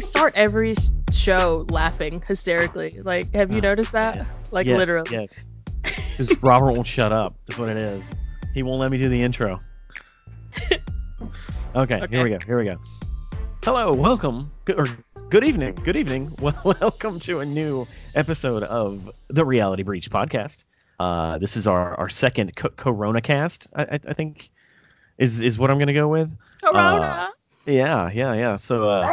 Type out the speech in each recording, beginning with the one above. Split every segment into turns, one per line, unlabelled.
start every s- show laughing hysterically. Like, have you
Oh,
noticed that?
yeah.
Like,
yes,
literally.
Yes. Because Robert won't shut up. That's what it is. He won't let me do the intro. Okay,
Okay.
here we go. Here we go. Hello, welcome, good, or good evening. Good evening. Well, welcome to a new episode of the Reality Breach podcast. Uh, this is our, our second co- Corona cast, I, I, I think, is, is what I'm going to go with. Uh,
Corona.
Yeah, yeah, yeah. So uh,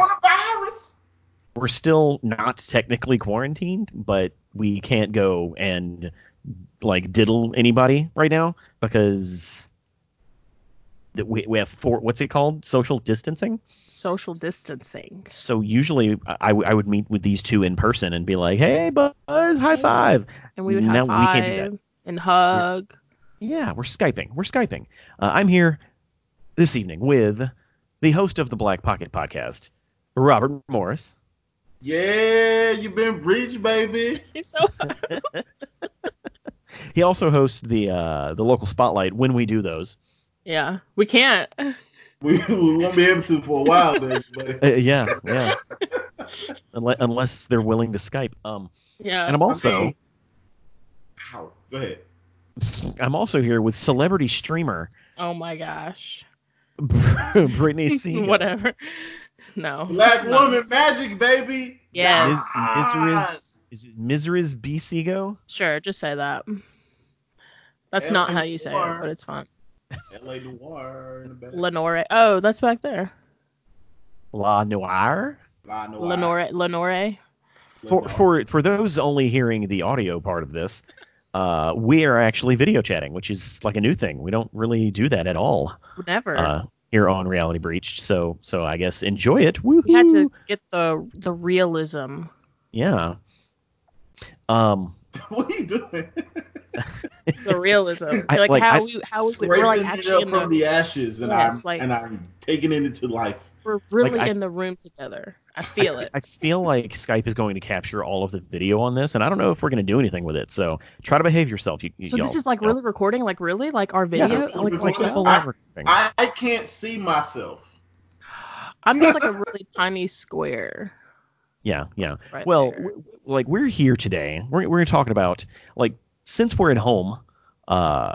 We're still not technically quarantined, but we can't go and like diddle anybody right now because that we we have four. What's it called? Social distancing.
Social distancing.
So usually I, I would meet with these two in person and be like, "Hey, buzz, high five.
And we would
Now
high
we can't do that.
five and hug.
Yeah, we're skyping. We're skyping. Uh, I'm here this evening with the host of the Black Pocket Podcast, Robert Morris.
Yeah, you been breached, baby.
It's so
He also hosts the uh, the local spotlight when we do those.
Yeah. We can't.
We, we won't be able to for a while, baby. But
Uh, yeah, yeah. unless, unless they're willing to Skype. Um, and
Yeah.
I'm also
mean- Ow, go ahead.
I'm also here with celebrity streamer
Oh my gosh.
Brittany C.
Whatever. No.
Black
No.
woman magic, baby.
Yes.
Mis- Miseries is it Miseries B. Sego?
Sure. Just say that. That's
Yeah,
not
and
how you say it,
or-
but it's fine.
LA Noir in the back.
Lenore. Oh, that's back there.
La Noir.
La Noir.
Lenore. Lenore.
For
Lenore.
for for those only hearing the audio part of this, uh, we are actually video chatting, which is like a new thing. We don't really do that at all
Never.
uh, here on Reality Breached. So so I guess enjoy it. Woohoo!
we had to get the the realism.
Yeah. Um.
what are you doing?
the realism.
I-
like,
like,
how
I-
we how we,
Scraping
we're like
it
actually
up
in
from
the,
the, ashes, and
Yes,
I'm
like-
and I'm taking it into life.
we're really
like, I-
in the room together. I feel it.
I feel like Skype is going to capture all of the video on this, and I don't know if we're going to do anything with it. So try to behave yourself. You,
So
y'all.
this is like really recording, like really, like our
yeah,
video.
it's
so
like,
like,
we're
like
like
recording.
full
that?
on recording.
I, I can't see myself.
I'm just like a really tiny square.
yeah, yeah.
Right
Well,
there.
w- w- like we're here today. We're we're talking about like since we're at home, uh,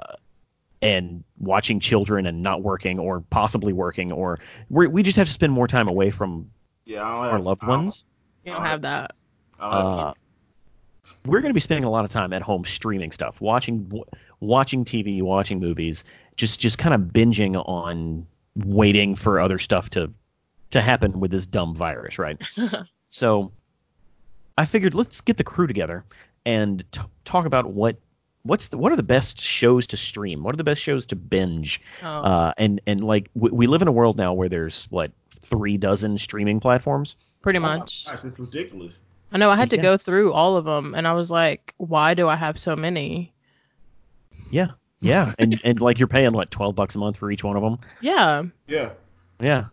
and watching children and not working or possibly working or we we just have to spend more time away from
Yeah, I don't
our
have,
loved
I don't-
ones.
you don't have that.
I don't have-
Uh, we're going to be spending a lot of time at home streaming stuff, watching w- watching TV, watching movies, just just kind of binging on waiting for other stuff to to happen with this dumb virus, right? so I figured let's get the crew together and t- talk about what what's the, what are the best shows to stream? What are the best shows to binge?
Oh,
Uh, and and like we, we live in a world now where there's what three dozen streaming platforms.
pretty
oh my
much.
gosh, it's ridiculous.
I know. I had to
yeah.
go through all of them, and I was like, why do I have so many?
Yeah. Yeah, and and like you're paying what twelve bucks a month for each one of them.
Yeah,
Yeah,
Yeah.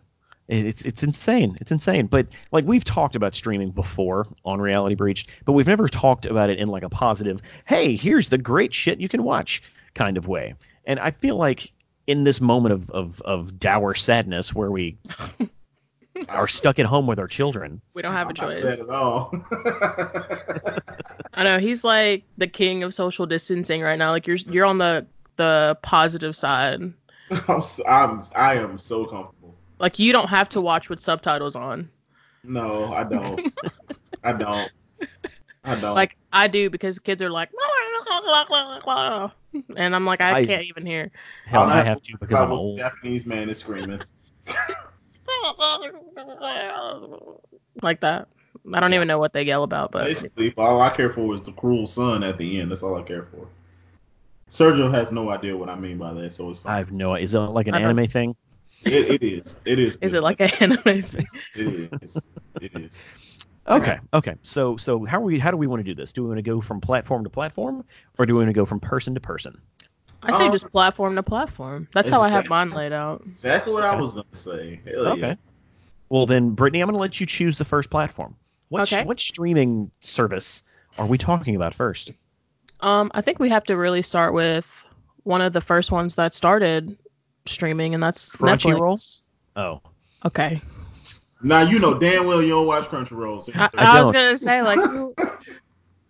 It- It's it's insane. It's insane. But like we've talked about streaming before on Reality Breached, but we've never talked about it in like a positive, hey, here's the great shit you can watch kind of way. And I feel like in this moment of of, of dour sadness where we are stuck at home with our children.
we don't have a
I'm not
choice.
sad at all.
I know he's like the king of social distancing right now. Like you're you're on the the positive side.
I'm, s- I'm I am so comfortable.
Like you don't have to watch with subtitles on.
No, I don't. I don't. I
Oh.
don't.
Like I do because kids are like, and I'm like, I,
I-
can't even hear.
Hell,
I'm
I
not-
have to because I'm
Probably
old.
Japanese man is screaming.
Like that. I don't
Yeah.
even know what they yell about,
they
but
sleep. All I care for is the cruel son at the end. That's all I care for. Sergio has no idea what I mean by that, so it's
I
fine.
have no is it like an
I don't-
anime thing?
It, it is. It is.
is it like an anime? thing?
It is. It is.
Okay. Okay. So so how are we how do we want to do this? Do we want to go from platform to platform or do we want to go from person to person?
I say
Uh,
Um,
just platform to platform. That's how I have mine laid out.
Exactly what I was gonna say. Hell
Okay.
yeah.
Well, then, Brittany, I'm going to let you choose the first platform. What,
Okay.
what streaming service are we talking about first?
Um, I think we have to really start with one of the first ones that started streaming, and that's
Crunchyroll?
Netflix.
Oh,
Okay.
Now you know damn well you don't watch Crunchyroll. So
I,
I
I was
don't.
gonna say like who,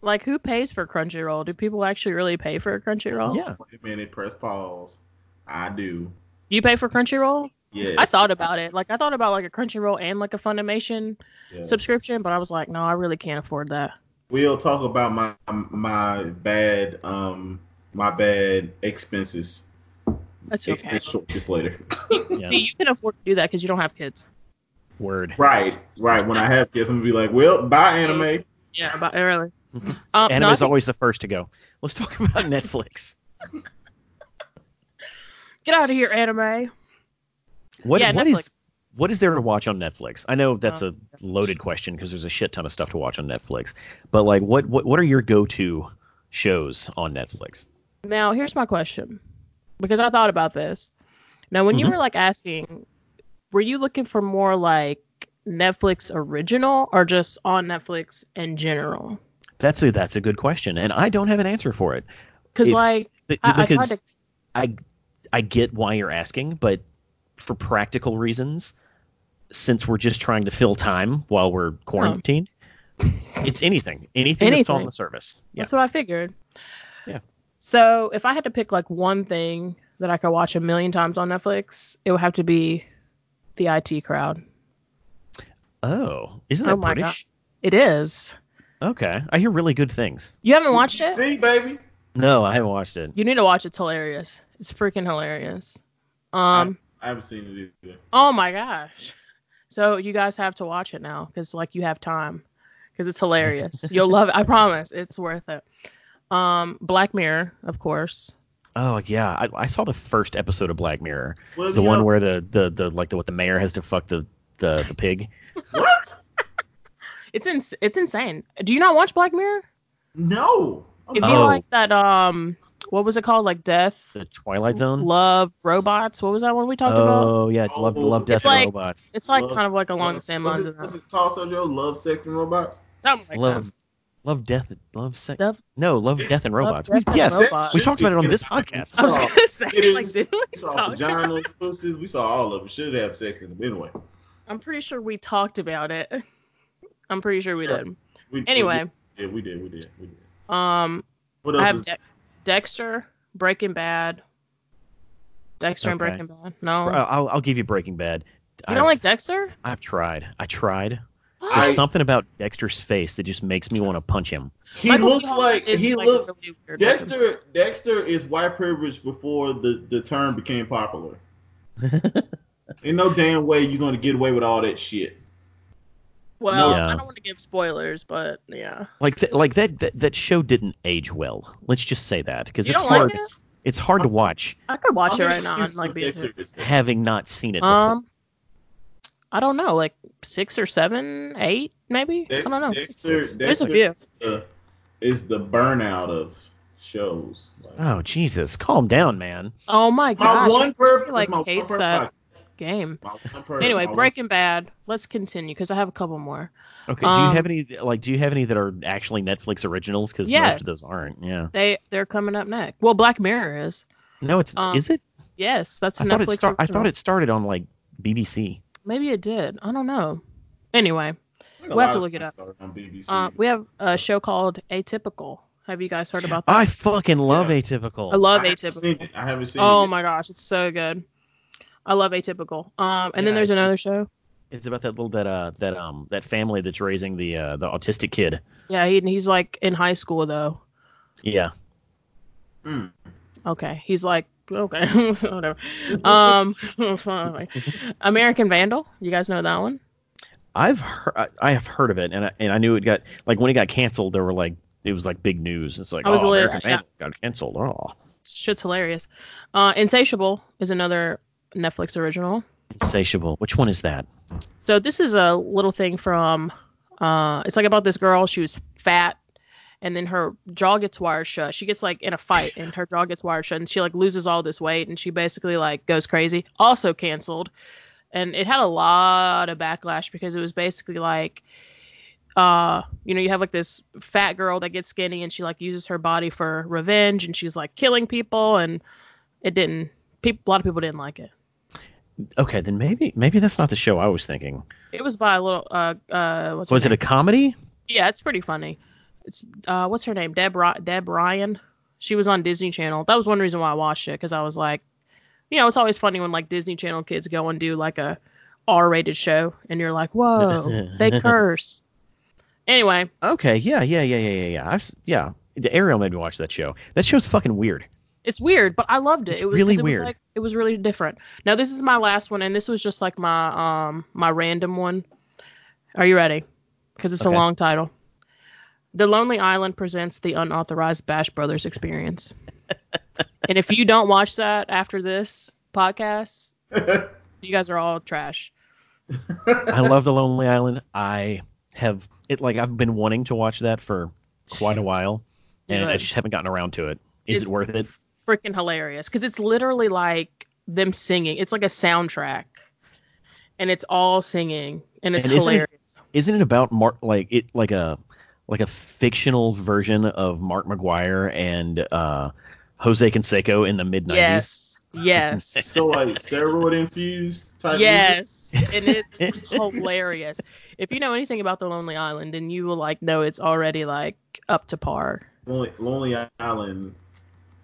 like who pays for Crunchyroll? Do people actually really pay for Crunchyroll?
Yeah.
Wait a minute, press pause. I do.
You pay for Crunchyroll?
Yes.
I thought about it. Like I thought about like a Crunchyroll and like a Funimation
Yeah.
subscription, but I was like, no, I really can't afford that.
We'll talk about my my bad um my bad expenses
That's okay.
expense choices later.
Yeah.
See, you can afford to do that because you don't have kids.
Word.
Right, right. When I have kids, I'm gonna be like, well, bye anime.
Yeah, but really.
Mhm.
Um,
Anime
no, I
is
think-
always the first to go. Let's talk about Netflix.
Get out of here, anime.
What,
Yeah,
what is-
Netflix. Um,
what is there to watch on Netflix? I know that's a loaded question because there's a shit ton of stuff to watch on Netflix. But like, what what, what are your go to shows on Netflix?
Now, here's my question, because I thought about this. Now, when you
Mhm.
were like asking, were you looking for more like Netflix original or just on Netflix in general?
That's a that's a good question, and I don't have an answer for it.
Because
If-
like
Be-
I, I tried
because
to
I I get why you're asking, but for practical reasons, since we're just trying to fill time while we're quarantined, it's anything, anything, that's on
Anything.
the service. Yeah,
That's what I figured.
Yeah.
So if I had to pick like one thing that I could watch a million times on Netflix, it would have to be the IT crowd.
Oh, isn't that
Oh my God.
British?
It is.
Okay, I hear really good things.
You haven't watched
You
it?
See, baby.
No, I haven't watched it.
You need to watch it. It's hilarious. It's freaking hilarious. Um
I haven't seen it either.
oh my gosh. So you guys have to watch it now cuz like you have time cuz it's hilarious. You'll love it. I promise. It's worth it. Um Black Mirror, of course.
Oh yeah, I, I saw the first episode of Black Mirror,
Was
the
it-
one where the the the like the what the mayor has to fuck the the, the pig.
what?
It's ins- it's insane. Do you not watch Black Mirror?
No.
If
Oh.
you like that, um, what was it called? Like death,
The Twilight Zone.
love, robots. What was that one we talked about?
oh yeah, love love
It's
death and
like-
robots.
It's like
Love-
kind of like along the same lines
Was
of
it, was
that. Oh
it called Sergio? Love, sex, and robots.
Something like
love
that.
love death love sex.
Love-
no, love
Yes.
death and
Love,
robots.
Death,
We-
and
yes,
Robots.
we talked about it on this
I
podcast.
was gonna say,
It
like,
is-
didn't we
We saw
talk?
vaginas, pussies. We saw all of it. Should have sex in them anyway.
I'm pretty sure we talked about it. I'm pretty sure we
Yeah.
did.
We,
Anyway,
we did, we did, we did, we did.
um,
What
I
else
have
is
De- Dexter, Breaking Bad, Dexter and
Okay.
Breaking Bad. No,
I- I'll, I'll give you Breaking
Um,
Bad.
you
I've-
don't like Dexter?
I've tried. I tried. There's
I-
something about Dexter's face that just makes me want to punch him.
he
Michael
looks
Keaton
like
is,
he
like,
looks
really weird looking.
Dexter Dexter is white privilege before the, the term became popular. Ain't no damn way you're gonna get away with all that shit.
Well,
Yeah.
I don't want to give spoilers, but yeah.
Like th- like that, that that show didn't age well. Let's just say that because
You
it's
don't like
hard.
it?
It's hard to watch
I could watch
How
it
many
right now. and,
seasons
like,
of
be
Dexter is there?
having not seen it. Before.
um, I don't know, like six or seven, eight, maybe.
Dex-
I don't know.
Dexter,
There's
There's a
Dexter
few.
uh, is the burnout of shows. Like,
oh Jesus, calm down, man.
Oh my
my
gosh,
one purpose,
like,
my one
hates
purpose,
that. game.
My one purpose,
Anyway,
my one-
Breaking Bad. Let's continue because I have a couple more.
Okay, do you
Um,
have any like do you have any that are actually Netflix originals? Because most
Yes.
of those aren't. Yeah.
They they're coming up next. Well, Black Mirror is.
No, it's
Um,
is it?
Yes, that's
I
a
thought
Netflix.
it star- I
original.
thought it started on like BBC.
maybe it did. I don't know. Anyway,
I think a
we'll have
lot
to
of
look it
things
up.
started On BBC.
uh, we have a show called Atypical. Have you guys heard about that?
I fucking love
Yeah.
Atypical.
I love
I haven't
Atypical.
seen it. I haven't seen
Oh
it.
my gosh, it's so good. I love Atypical. Um, and
Yeah,
then there's
it's-
another show.
It's about that little that uh that um that family that's raising the uh the autistic kid.
Yeah, he, he's like in high school though.
Yeah.
Mm.
Okay, he's like okay, whatever. Um, American Vandal. You guys know that one?
I've heard, I have heard of it, and I, and I knew it got like when it got canceled, there were like it was like big news. It's like
I was
oh,
aware-
American
yeah.
Vandal got canceled. Oh,
Shit's hilarious. Uh, Insatiable is another Netflix original.
insatiable. Which one is that?
So this is a little thing from. Uh, it's like about this girl. She was fat. And then her jaw gets wired shut. She gets like in a fight, and her jaw gets wired shut, and she like loses all this weight, and she basically like goes crazy. Also canceled, and it had a lot of backlash because it was basically like uh you know you have like this fat girl that gets skinny and she like uses her body for revenge and she's like killing people and it didn't peop a lot of people didn't like it
okay, then maybe maybe that's not the show I was thinking.
It was by a little uh uh what's her
Was it
name?
a comedy?
Yeah, it's pretty funny. It's uh what's her name? Deb Ry- Deb Ryan. She was on Disney Channel. That was one reason why I watched it cuz I was like, you know, it's always funny when like Disney Channel kids go and do like a R-rated show and you're like, "Whoa, they curse." Anyway,
Okay, yeah, yeah, yeah, yeah, yeah, yeah. I s yeah, Ariel made me watch that show. That show's fucking weird.
It's weird, but I loved it.
It's
it was
really
'cause it
weird.
Was like, it was really different. Now this is my last one, and this was just like my um my random one. Are you ready? Because it's
Okay.
a long title. The Lonely Island presents the unauthorized Bash Brothers experience. and if you don't watch that after this podcast, you guys are all trash.
I love The Lonely Island. I have it like I've been wanting to watch that for quite a while, and I
Good.
just haven't gotten around to it. Is
It's-
it worth it?
Freaking hilarious because it's literally like them singing. It's like a soundtrack, and it's all singing, and it's
And isn't it-
hilarious.
Isn't it about Mark like it like a like a fictional version of Mark McGuire and uh, Jose Canseco in the mid nineties?
Yes. Yes.
So like steroid infused type.
yes. and it's hilarious. If you know anything about the Lonely Island, then you will like know it's already like up to par.
Music? Lonely, Lonely Island.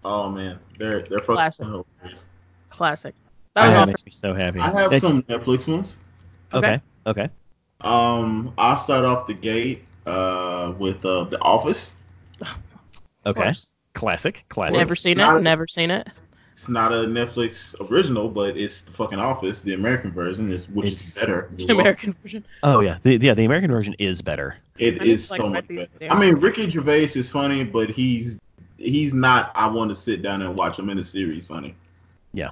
Oh man, they're they're
Classic.
fucking hilarious.
Classic. That
That
was all
I
for
have
makes me so happy.
I have
That's-
some Netflix ones.
Okay. Okay.
Um, I'll start off the gate uh with uh, The Office.
Okay.
course.
Classic. Classic.
Never seen
Not-
it. Never seen it.
It's not a Netflix original, but it's the fucking Office, the American version, is which
It's-
is better.
The American version.
Oh yeah. The, yeah. The American version is better.
It
I
is
just, like,
so
read
much
these
better.
down.
I mean, Ricky Gervais is funny, but he's he's not. I want to sit down and watch him in a series. Funny.
Yeah.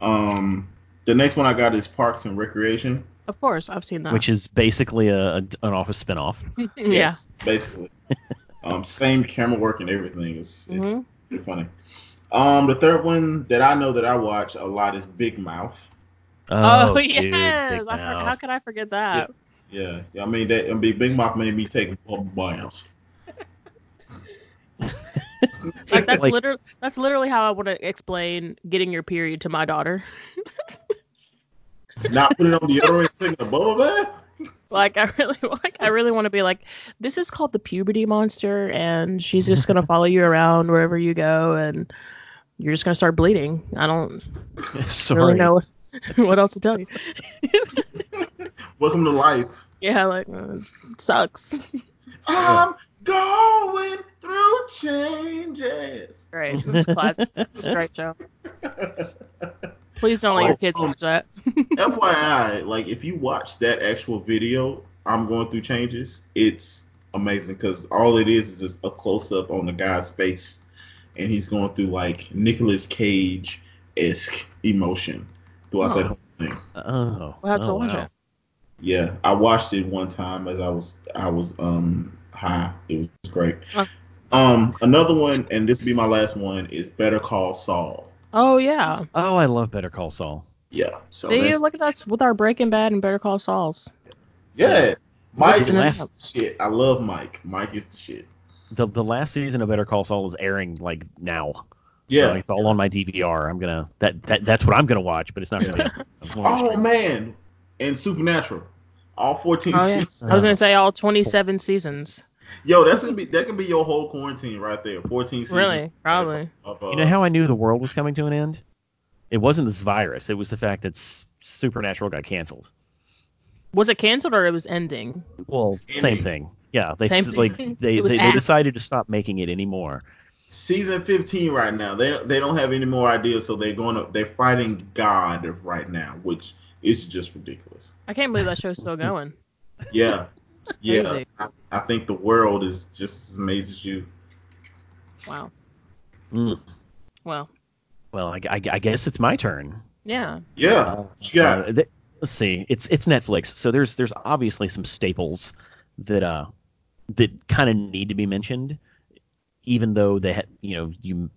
Um, the next one I got is Parks and Recreation.
Of course, I've seen that.
which is basically a, a an office spinoff.
yeah.
Yes, basically. um, same camera work and everything. It's, it's
Mhm.
pretty funny. Um, the third one that I know that I watch a lot is Big Mouth.
Oh,
dude, Big
yes. I for- how
Mouth.
could I forget that?
Yeah, I mean that. I mean, Big Mouth made me take four bounds.
Like that's
Like-
literally that's literally how I want to explain getting your period to my daughter.
Not putting on deodorant, taking a bubble bath.
Like I really like I really want to be like this is called the puberty monster and she's just going to follow you around wherever you go and you're just going to start bleeding. I don't really
Sorry.
know what else to tell you.
Welcome to life.
Yeah, like uh, sucks.
I'm going through changes.
Great. This is classic. It's a great show. Please don't
Oh,
let your kids watch that.
FYI, like if you watch that actual video, I'm going through changes. It's amazing because all it is is just a close up on the guy's face, and he's going through like Nicolas Cage esque emotion throughout that
Oh.
whole thing.
Oh,
We'll have to
oh,
watch
wow.
it.
Yeah, I watched it one time as I was I was um high. It was great.
Oh.
Um, another one, and this will be my last one, is Better Call Saul.
Oh yeah.
Oh, I love Better Call Saul.
Yeah. So
See,
that's-
look at us with our Breaking Bad and Better Call Sauls.
yeah, Mike
It's
is
an-
the shit. I love Mike. Mike is the shit.
The the last season of Better Call Saul is airing like now. So
Yeah.
it's all on my DVR. I'm gonna that, that that's what I'm gonna watch, but it's not gonna be. I'm gonna
Oh
watch-
man, and Supernatural, all fourteen
Oh, yeah.
seasons.
I was gonna say all twenty-seven seasons.
Yo, that's gonna be that can be your whole quarantine right there. Fourteen seasons.
Really? Probably.
Of, uh,
You know how I knew the world was coming to an end? It wasn't this virus. It was the fact that S- Supernatural got canceled.
Was it canceled or it was ending?
Well,
Same
same
thing.
thing. Yeah, they
Same
like
thing.
they,
It was
they, they
axed.
decided to stop making it anymore.
season fifteen right now? They they don't have any more ideas, so they're going to they're fighting God right now, which is just ridiculous.
I can't believe that show's still going.
Yeah, yeah.
crazy.
I, I think the world is just as amazed as you.
Wow.
Mm.
Well,
Well, I, I, I guess it's my turn.
yeah.
Yeah, what you got?
Uh, th- let's see. It's it's Netflix, so there's there's obviously some staples that uh that kind of need to be mentioned, even though they ha- you know you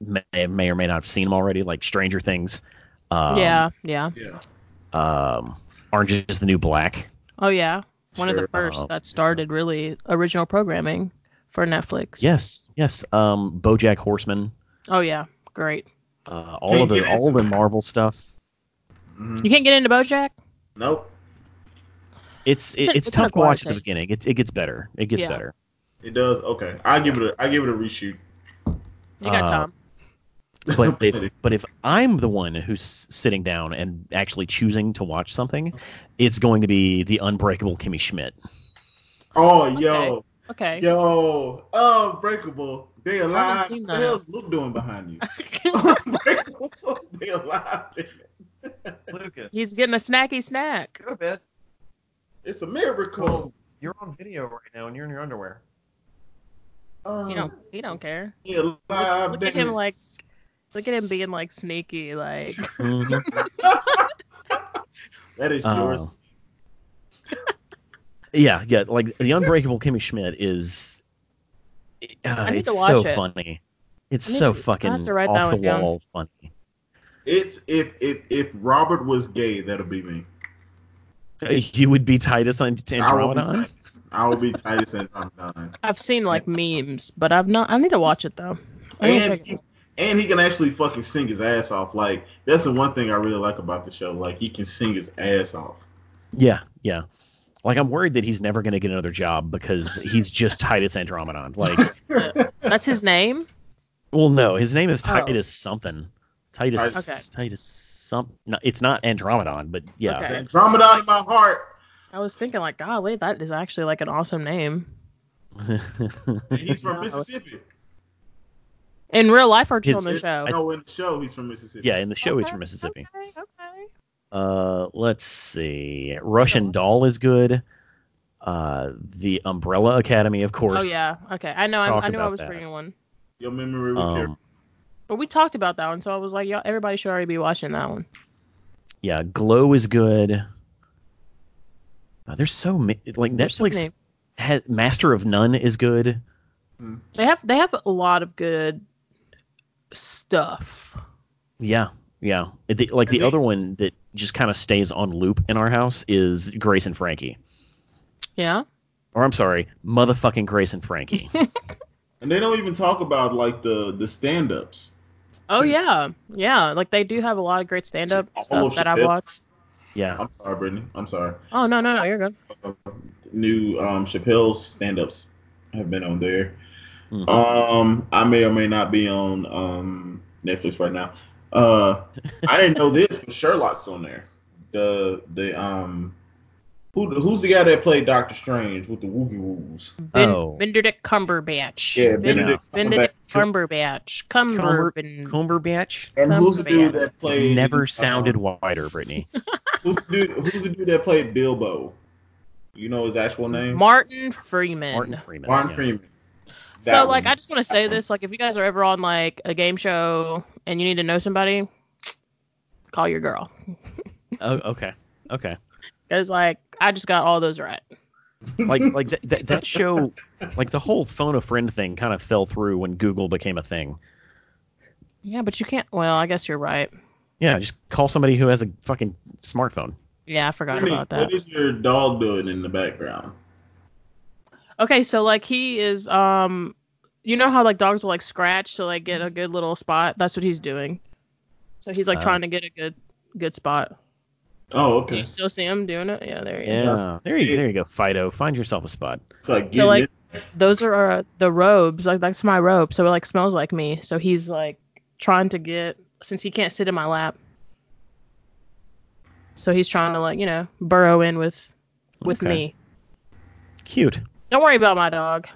may, may or may not have seen them already, like Stranger Things. Um,
yeah, yeah.
yeah.
Um, Orange is the New Black.
Oh yeah. One of
Sure.
the first
Uh,
that started really original programming for Netflix.
Yes, yes. Um, BoJack Horseman.
Oh yeah. Great.
Uh, all
Can't
of the
get
all
into
the
that.
Marvel stuff.
Mhm.
You can't get into BoJack.
Nope,
It's
It's it,
an-
it's
it's an
tough to
acquired
watch at the
taste.
beginning. It it gets better. It gets
Yeah.
better.
it does. Okay, I give it a I give it a reshoot.
You got
Uh,
Tom.
But if but if I'm the one who's sitting down and actually choosing to watch something, it's going to be the Unbreakable Kimmy Schmidt.
Oh yo
Okay.
yo, unbreakable. They alive.
seen
What the
that.
hell's Luke doing behind you? unbreakable. They alive.
Lucas,
He's getting a snacky snack.
go to bed.
It's a miracle.
Cool. You're on video right now, and you're in your underwear.
Um,
He don't. He don't care.
they alive.
Oh. Look at
They-
him like. Look at him being like sneaky. Like
Mhm.
that is
Oh.
yours.
yeah, yeah. Like the Unbreakable Kimmy Schmidt is. Uh,
I need
it's
to watch
so
it.
funny. It's
I need
so
to- I have
fucking
to write that
off the
one down.
wall funny.
It's if if if Robert was gay, that'll be me.
Uh, You would be Titus on
I will be
Andromeda.
Titus. I will be Titus and I'm done.
I've seen like memes, but I've not. I need to watch it though. I need to
And
check it.
he, and he can actually fucking sing his ass off. Like that's the one thing I really like about the show. Like he can sing his ass off.
Yeah, yeah. Like I'm worried that he's never going to get another job because he's just Titus Andromedon. Like,
That's his name.
well, no, his name is
Oh.
Titus something. Titus,
Okay.
Titus something. No, it's not Andromedon, but yeah.
Okay.
Andromeda in my heart.
I was thinking like, golly, that is actually like an awesome name.
And he's from
No.
Mississippi.
In real life or just
His-
on the show?
No, in the show he's from Mississippi.
yeah, in the show he's
Okay,
from Mississippi.
Okay, okay.
Uh, let's see. Russian Doll is good. Uh, the Umbrella Academy, of course.
Oh yeah. Okay. I know. I,
Talk
I knew I
about
was
that.
bringing one,
Your memory will care.
Um,
but we talked about that one, so I was like, y'all, everybody should already be watching that one.
yeah, Glow is good. Uh, there's so many. Like
There's so
Netflix
many.
had Master of None is good.
They have they have a lot of good stuff.
Yeah, yeah. The- like the
They-
other one that just kind of stays on loop in our house is Grace and Frankie.
Yeah.
Or I'm sorry, motherfucking Grace and Frankie.
And they don't even talk about like the the stand ups.
Oh yeah. Yeah. Like they do have a lot of great stand up stuff that I've watched.
yeah,
I'm sorry, Brittany. I'm sorry.
Oh no no no, you're good.
new um, Chappelle's stand-ups have been on there.
Mhm.
Um, I may or may not be on um, Netflix right now. Uh, I didn't know this, but Sherlock's on there. The the um, who who's the guy that played Doctor Strange with the woogie woos?
Ben,
Oh.
Benedict Cumberbatch.
Yeah,
Ben-
Benedict
Benedict
Cumberbatch.
Cumberbatch.
Cumber-
Cumberbatch.
Cumberbatch
And who's the dude
Cumberbatch.
that played?
never
um,
sounded wider, Brittany.
who's the dude? Who's the dude that played Bilbo? You know his actual name?
Martin Freeman.
Martin Freeman.
Martin
yeah.
Freeman.
So
That
like
one.
I just want to say
one.
this like if you guys are ever on like a game show and you need to know somebody call your girl
Oh, okay, okay.
cuz like I just got all those right.
like like that, that that show like the whole phone a friend thing kind of fell through when google became a thing
Yeah, but you can't well, I guess you're right.
yeah just call somebody who has a fucking smartphone
Yeah, I forgot
Brittany,
about that.
What is your dog doing in the background?
Okay, so like he is um you know how like dogs will like scratch to like get a good little spot? That's what he's doing. So he's like
Oh.
trying to get a good good spot.
Oh,
Do
Uh. okay.
you still see him doing it? Yeah, there he is.
yeah there you, there you go fido find yourself a spot
It's like
So
getting
like
it.
those are uh, the robes. Like that's my robe, so it like smells like me. So he's like trying to get since he can't sit in my lap. So he's trying to like you know burrow in with with
Okay.
me.
cute
Don't worry about my dog.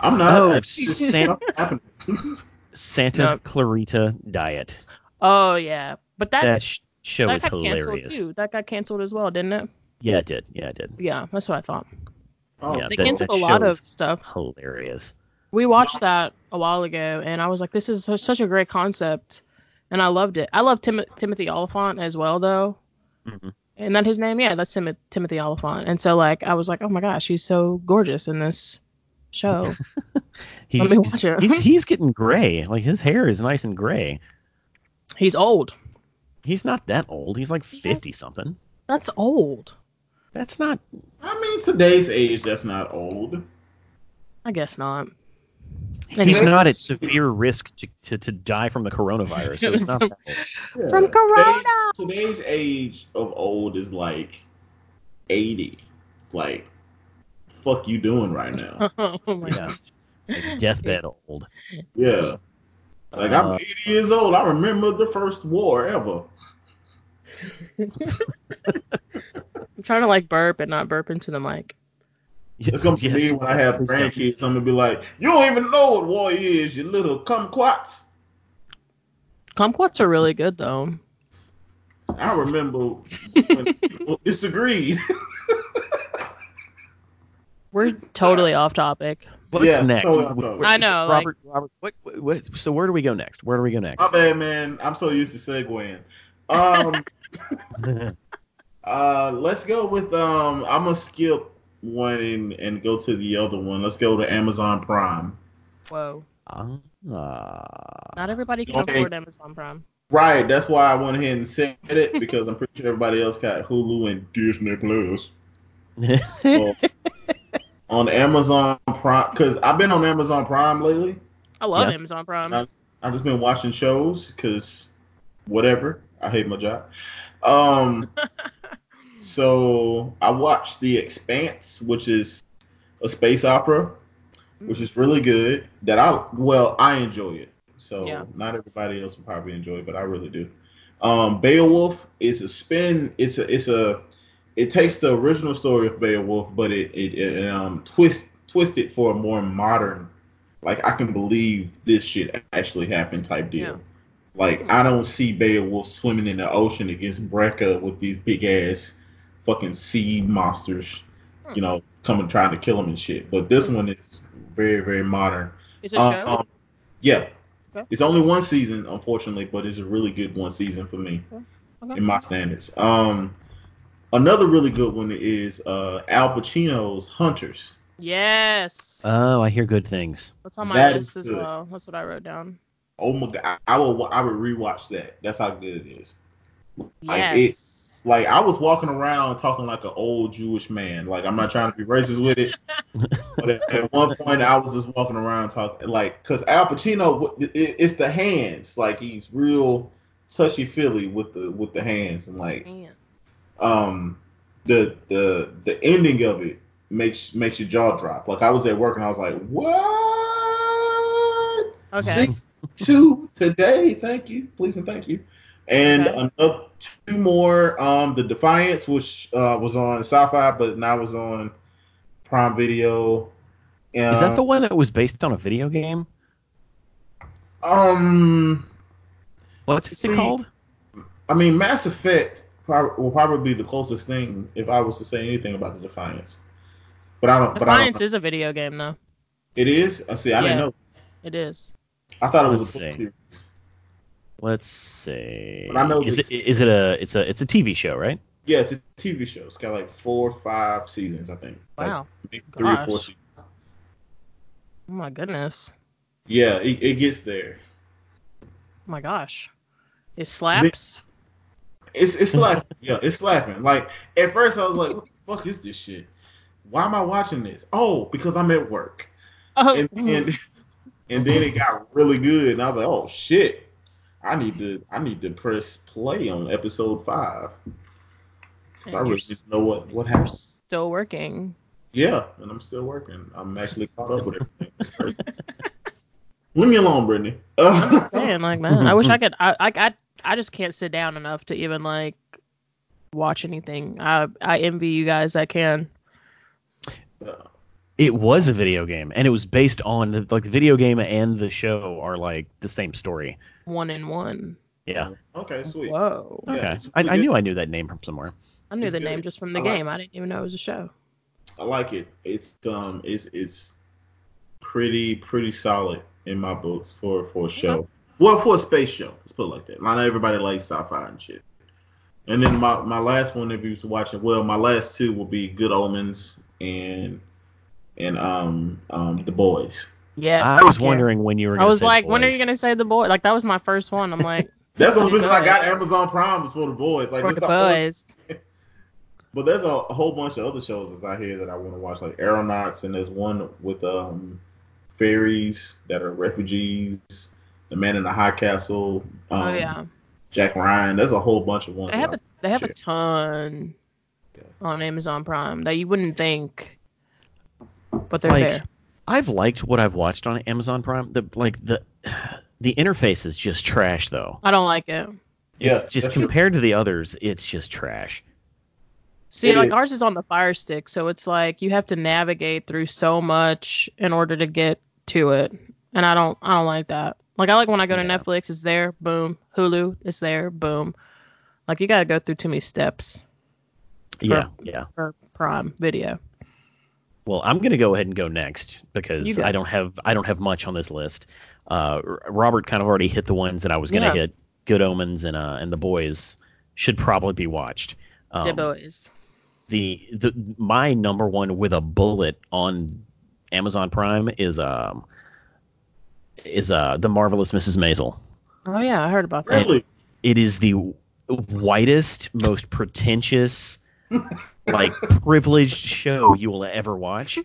I'm not.
Oh,
it's just
Sam-
not happening.
santa
No.
clarita diet
Oh yeah, but that
that
that,
sh- show is
got canceled
hilarious
too. That got canceled as well, didn't it?
yeah it did yeah it did
Yeah, that's what I thought.
Oh,
Yeah,
They
that-
canceled
that
a lot
show
of
is-
stuff.
hilarious
We watched that a while ago, and I was like, "This is su- such a great concept," and I loved it. I love Tim- Timothy Oliphant as well, though.
Mm-hmm.
Mhm.
Isn't that his name? Yeah, that's Tim- Timothy Oliphant. And so, like, I was like, "Oh my gosh, he's so gorgeous in this show."
he,
Oh. Let me
he's-
watch it.
he's, he's getting gray like his hair is nice and gray
he's old.
he's not that old he's like
He has-
50 something
That's old.
that's not
I mean, today's age, that's not old.
I guess not. And
He's
he-
not at severe risk to, to, to die from the coronavirus. So it's not that bad.
Yeah.
From Corona.
Today's, today's age of old is like 80. Like, fuck you doing right now?
Oh my
Yeah.
gosh.
Like deathbed old.
Yeah. Like, I'm
Uh,
80 years old. I remember the first war ever.
I'm trying to like burp and not burp into the mic.
It's gonna be
Yes,
me when I
yes,
have
please don't.
grandkids. I'm gonna be like, you don't even know what war is, you little kumquats.
Kumquats are really good though.
I remember when people disagreed.
We're totally off topic.
What's
Yeah,
next?
so- so-
I know, like-
Robert. Robert, what, what, what- So where do we go next? Where do we go next?
My bad, man. I'm so used to segueing. Um, uh, let's go with um. I'm gonna skip one and, and go to the other one. Let's go to Amazon Prime.
Whoa.
Ah.
Not everybody can
Okay.
afford Amazon Prime.
Right. That's why I went ahead and said it because I'm pretty sure everybody else got Hulu and Disney Plus. So, on Amazon Prime, because I've been on Amazon Prime lately.
I love
Yeah.
Amazon Prime.
I've, I've just been watching shows because whatever. I hate my job. Um, so I watched The Expanse, which is a space opera, which is really good. That I well, I enjoy it. So
Yeah.
not everybody else will probably enjoy it, but I really do. Um, Beowulf is a spin. It's a it's a it takes the original story of Beowulf, but it it, it um twist twist it for a more modern, like I can believe this shit actually happened type deal.
Yeah.
Like I don't see Beowulf swimming in the ocean against Brekka with these big ass fucking sea monsters,
Hmm.
you know, coming trying to kill him and shit. But this one is very very modern.
It's a
Uh,
show.
um, yeah.
Okay.
It's only one season, unfortunately, but it's a really good one season for me
Okay.
in my standards. Um, another really good one is uh, Al Pacino's Hunters.
yes.
oh, I hear good things.
That's on my
Uh, that
list
is
as
good.
well. That's what I wrote down.
Oh my god, I, I would wa- I would rewatch that. That's how good it is. Like, it-
Yes.
Like I was walking around talking like an old Jewish man. Like I'm not trying to be racist with it, but at, at one point I was just walking around talking like because Al Pacino, it, it's the hands. Like he's real touchy feely with the with the hands and like
Man.
um the the the ending of it makes makes your jaw drop. Like I was at work and I was like, what?
Okay.
Six two today. Thank you, please and thank you. And
Okay.
another two more. Um, the Defiance, which uh, was on Sci-Fi, but now was on Prime Video.
Is that the
Um,
one that was based on a video game?
um?
What's it
See-
called?
I mean, Mass Effect prob- will probably be the closest thing if I was to say anything about the Defiance. But I don't. but I don't
Defiance is a video game though.
It is. I see. I didn't
Yeah.
know.
It is.
I thought it was
Let's
a book
see.
series.
Let's see.
But I know
is
this-
it, is it a it's a it's a TV show, right?
Yeah, it's a TV show. It's got like four, or five seasons, I think. Like,
Wow.
maybe three or four
Gosh.
seasons.
Oh my goodness.
Yeah, it, it gets there.
Oh my gosh. It slaps.
It's it's slapping. yeah, it's slapping. Like at first I was like, "What the fuck is this shit? Why am I watching this? Oh, because I'm at work."
Oh,
And and, and then it got really good, and I was like, "Oh shit." I need to I need to press play on episode five. 'Cause I
And
really
you're
need
s-
to know what, what
you're
happens.
still working.
Yeah, and I'm still working. I'm actually caught up with everything. It's crazy. Leave me alone, Brittany. Uh,
Saying like man, I wish
Mm-hmm.
I could. I, I I I just can't sit down enough to even like watch anything. I I envy you guys that can.
It was a video game, and it was based on the, like the video game and the show are like the same story.
One in one.
Yeah.
okay, sweet.
Whoa.
Yeah,
Okay.
it's
I,
really
I
good.
knew I knew that name from somewhere.
I knew
It's
the
good.
name just from the
I like-
game. I didn't even know it was a show.
I like it. It's um, it's it's pretty pretty solid in my books for for a show. Well, for a space show, let's put it like that. I know everybody likes sci-fi and shit. And then my my last one, if you was watching, well, my last two will be Good Omens and and um um The Boys.
Yes.
I was
thank you.
wondering when you were.
I
gonna
was
say
like, when are you
boys.
gonna say the boy? Like that was my first one. I'm like,
That's the only
Good
reason I got
Boys.
Amazon Prime is for The Boys. Like
for
that's
the
the only-
boys.
But there's a, a whole bunch of other shows that's out here that I want to watch, like Aeronauts, and there's one with um, fairies that are refugees, The Man in the High Castle, um,
oh yeah,
Jack Ryan. There's a whole bunch of ones.
they have a,
that
they have a
shit.
ton
Okay.
on Amazon Prime that you wouldn't think, but they're
Like,
there.
I've liked what I've watched on Amazon Prime. The like the the interface is just trash though.
I don't like it.
Yeah,
it's just
that's true.
compared to the others, it's just trash.
See,
It
like
is.
ours is on the Fire Stick, so it's like you have to navigate through so much in order to get to it, and I don't, I don't like that. Like I like when I go to
Yeah.
Netflix, it's there, boom. Hulu, it's there, boom. Like you gotta go through too many steps
Yeah, yeah.
for Prime Video.
Well, I'm going to go ahead and go next because
You go.
I don't have I don't have much on this list. Uh, R- Robert kind of already hit the ones that I was going to
Yeah.
hit. Good Omens and uh, and The Boys should probably be watched. Um,
The boys.
the the my number one with a bullet on Amazon Prime is um is uh the marvelous Mrs. Maisel.
Oh yeah, I heard about that.
Really?
It is the whitest, most pretentious, like privileged show you will ever watch.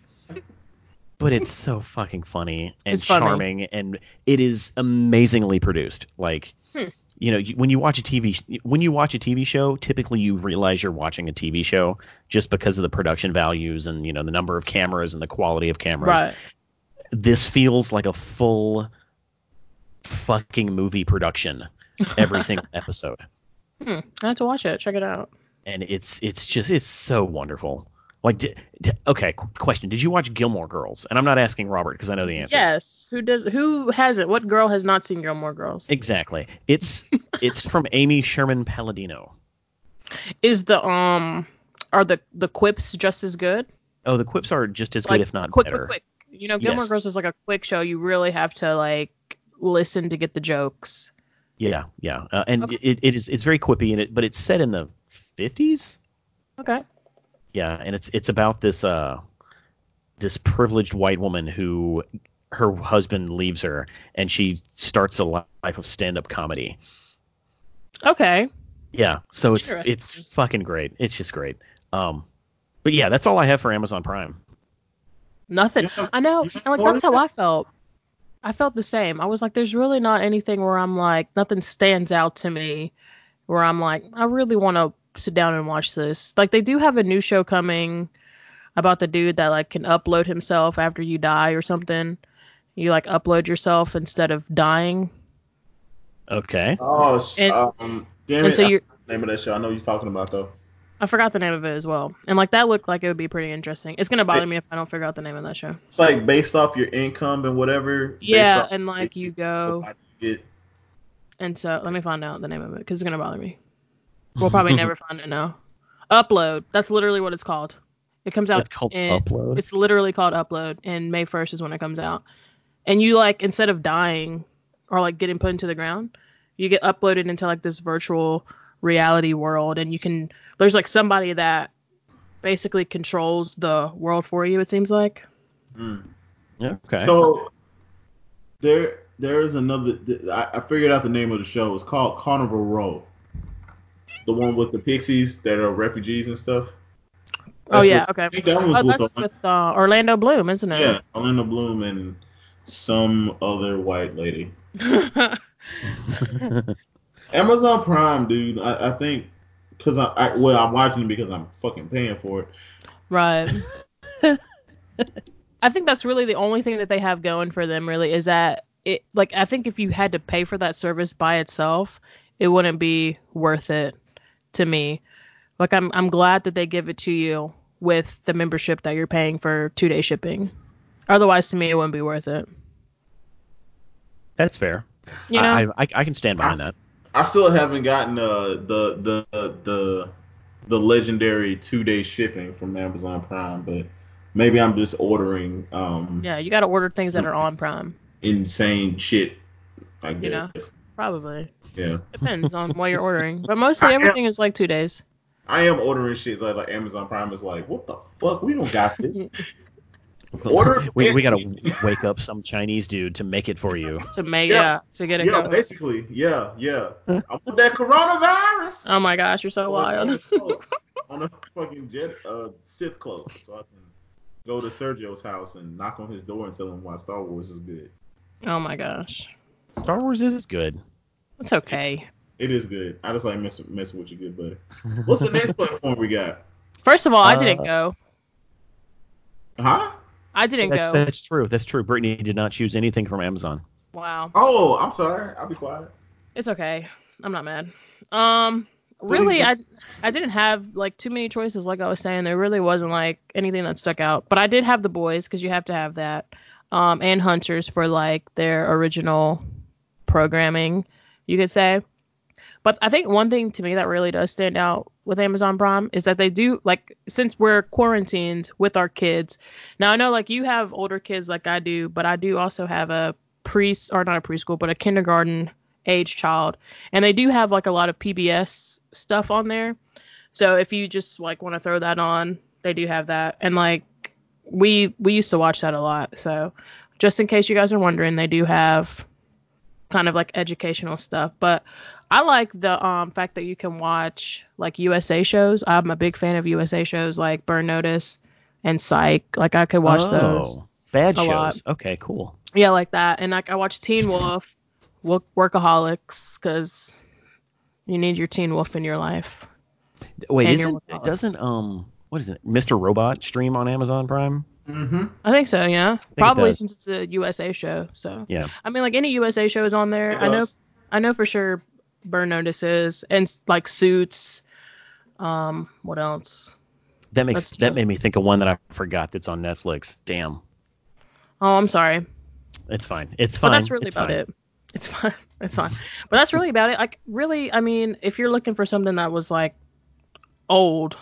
But it's so fucking funny and
It's funny.
charming, and it is amazingly produced. Like,
Hmm.
you know, you- when you watch a TV sh- when you watch a TV show, typically you realize you're watching a TV show just because of the production values and you know the number of cameras and the quality of cameras
Right.
this feels like a full fucking movie production every single episode
Hmm. I have to watch it. Check it out.
and it's it's just it's so wonderful like di di- okay qu- question did you watch gilmore girls and i'm not asking robert because i know the answer
Yes. Who does? Who has it? What girl has not seen Gilmore Girls?
exactly it's it's from amy sherman palladino
Is the um, are the the quips just as good?
oh the quips are just as
Like,
good if not
quick,
better
quick, quick. You know, Gilmore
Yes.
Girls is like a quick show. You really have to like listen to get the jokes.
yeah yeah uh, and
Okay.
it, it is it's very quippy and it but it's set in the 50s
Okay.
Yeah, and it's it's about this uh this privileged white woman who her husband leaves her and she starts a li- life of stand-up comedy.
Okay.
Yeah, so it's
Interesting.
it's fucking great. It's just great. Um but yeah, that's all I have for Amazon Prime.
Nothing.
You know-
I know.
you know
And like
more
that's
than
how I felt. I felt the same. I was like, there's really not anything where I'm like, nothing stands out to me where I'm like, I really want to sit down and watch this. Like they do have a new show coming about the dude that like can upload himself after you die or something. You like upload yourself instead of dying.
Okay.
Oh, sh-
And-
um, damn
And
it!
so
I-
you're
name of that show. I know you're talking about though.
I forgot the name of it as well. And like that looked like it would be pretty interesting. It's gonna bother me if I don't figure out the name of that show.
It's like based off your income and whatever. based
Yeah,
off-
and like you go
I get-
and so let me find out the name of it because it's gonna bother me. We'll probably never find it now. Upload. That's literally what it's called. It comes out.
It's called
in-
Upload.
eh, It's literally called Upload, and May first is when it comes out. And you like instead of dying or like getting put into the ground, you get uploaded into like this virtual reality world, and you can. There's like somebody that basically controls the world for you. It seems like.
Mm.
Okay.
So there, there is another. th- I, I figured out the name of the show. It's called Carnival Row. The one with the pixies that are refugees and stuff.
Oh
That's
yeah.
what-
Okay.
I think that one's
Oh,
with
that's
the-
with uh, Orlando Bloom, isn't it?
Yeah, Orlando Bloom and some other white lady. Amazon Prime, dude. I, I think because I, I well, I'm watching it because I'm fucking paying for it.
Right. I think that's really the only thing that they have going for them really is that it like I think if you had to pay for that service by itself, it wouldn't be worth it to me. Like I'm I'm glad that they give it to you with the membership that you're paying for 2-day shipping. Otherwise to me it wouldn't be worth it.
that's fair.
You know?
I, I I can stand behind that.
I still haven't gotten uh, the the the the legendary two day shipping from Amazon Prime, but maybe I'm just ordering um
yeah, you got to order things that are on Prime.
insane shit. I guess.
You know? Probably.
Yeah,
Depends on what you're ordering. But mostly everything is like 2 days.
I am ordering shit that like Amazon Prime is like, what the fuck? We don't got this. Order
we we got
fancy.
to wake up some Chinese dude to make it for you.
To make
Yeah.
yeah, to get it
yeah,
going.
basically. Yeah, yeah. I want that coronavirus.
Oh my gosh, you're so
on
wild.
a cloak, on a fucking jet uh Sith cloak, so I can go to Sergio's house and knock on his door and tell him why Star Wars is good.
Oh my gosh,
Star Wars is good.
it's okay.
It is good. I just like messing messing with you, good buddy. What's the next platform we got?
First of all, I
Uh,
didn't go.
Huh?
I didn't
That's,
go.
that's true. That's true. Brittany did not choose anything from Amazon.
Wow,
Oh, I'm sorry. I'll be quiet.
it's okay. I'm not mad. Um, really, I I didn't have like too many choices. Like I was saying, there really wasn't like anything that stuck out. But I did have the boys because you have to have that. Um, and hunters for like their original programming, you could say. But I think one thing to me that really does stand out with Amazon Prime is that they do like since we're quarantined with our kids. Now I know like you have older kids like I do, but I do also have a pre or not a preschool, but a kindergarten age child. And they do have like a lot of PBS stuff on there. So if you just like want to throw that on, they do have that. And like we we used to watch that a lot. So just in case you guys are wondering, they do have kind of like educational stuff. But I like the um fact that you can watch like USA shows. I'm a big fan of USA shows like Burn Notice and Psych. Like I could
Oh.
watch those.
Bad
a
shows.
lot.
Okay, cool.
Yeah, like that. And like I watch Teen Wolf, wo- Workaholics, because you need your Teen Wolf in your life.
Wait,
And your
isn't
workaholics.
doesn't um what is it? Mr. Robot stream on Amazon Prime?
Mm-hmm.
I think so. Yeah,
it
probably
does.
since it's a USA show. So
Yeah.
I mean, like any USA show is on there. I
Uh,
know. I know for sure. Burn notices and like suits. Um, what else?
That makes
That's
that
true.
made me think of one that I forgot that's on Netflix. Damn.
Oh, I'm sorry.
It's fine. It's
But
fine.
that's really
it's
about
fine.
it. It's fine. It's fine. But that's really about it. Like really, I mean, if you're looking for something that was like old,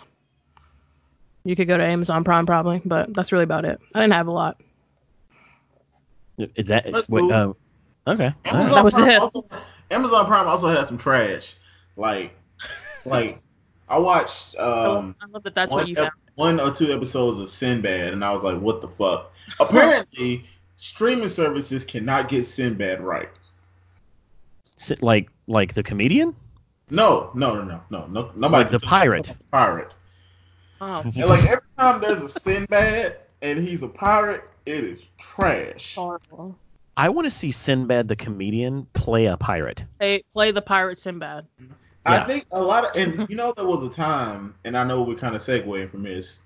you could go to Amazon Prime probably, but that's really about it. I didn't have a lot.
It- That,
That's
wait,
cool.
uh, okay. all right.
That
Amazon,
was
Prime
it.
also, Amazon Prime also had some trash. Like, like I watched um,
I love that Oh, that's
one,
what you found.
ep- one or two episodes of Sinbad, and I was like, "What the fuck?" Apparently, streaming services cannot get Sinbad right.
Sit- Like like the comedian?
No, no, no, no, no, no. Nobody.
Like
can
the
touch
pirate.
the pirate.
Oh,
And like every time there's a Sinbad and he's a pirate, it is trash.
horrible.
I want to see Sinbad the comedian play a pirate.
They play the pirate Sinbad.
I
Yeah.
think a lot of, and you know, there was a time, and I know we're kind of segueing from this,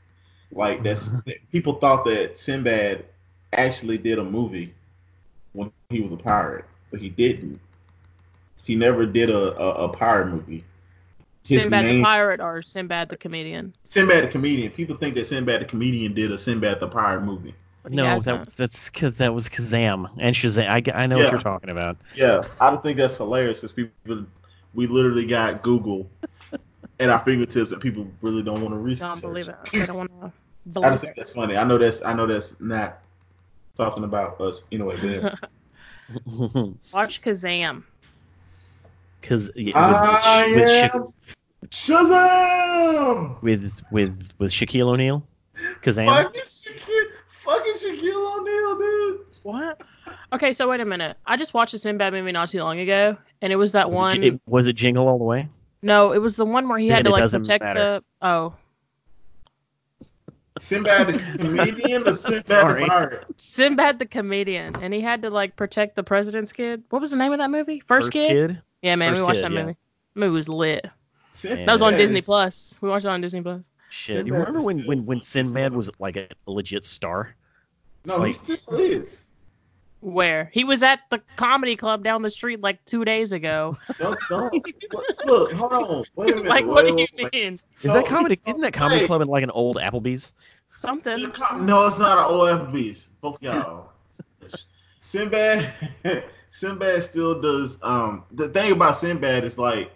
like that's that people thought that Sinbad actually did a movie when he was a pirate, but he didn't. He never did a, a, a pirate movie. His
Sinbad the
name-
pirate or Sinbad the comedian.
Sinbad the comedian. People think that Sinbad the comedian did a Sinbad the pirate movie.
But he
No,
has
that,
not.
that's because that was Kazam and Shazam. I, g- I know
Yeah.
what you're talking about.
Yeah, I don't think that's hilarious because people, we literally got Google at our fingertips, and people really don't want to research.
don't believe it. I don't want to
I just
believe
think
it.
that's funny. I know that's I know that's not talking about us anyway. But yeah.
Watch Kazam.
Because with,
I
with, Sha-
am Shazam.
with with with Shaquille O'Neal, Kazam.
Fucking Shaquille, fucking Shaquille O'Neal, dude.
What? Okay, so wait a minute. I just watched a Sinbad movie not too long ago, and it was that
Was it,
one.
J- it- was it Jingle all the way?
no, it was the one where he had
Then
to
it
like
doesn't
protect
matter.
the. Oh,
Sinbad the comedian or Sinbad
Sorry.
the pirate?
Sinbad the comedian, and he had to like protect the president's kid. What was the name of that movie? First, kid? Yeah, man,
First
we watched
Kid,
that
yeah.
movie. Movie was lit.
Sinbad
That was on
Yeah,
Disney
is-
Plus. We watched it on Disney Plus.
Shit, you
Sinbad
remember
is
when
still
when when
fucking
Sinbad
Sinbad.
was like a legit star?
No, he
Like-
still is.
Where he was at the comedy club down the street like two days ago.
Don't, don't. Look, look, hold on. Wait a minute.
like, what do
wait,
you
wait.
mean?
Is
So-
that comedy? Isn't that comedy
Hey.
club in like an old Applebee's?
The
Something.
com- No, it's not an OFBs. Both y'all. Sinbad, Sinbad still does. Um, the thing about Sinbad is like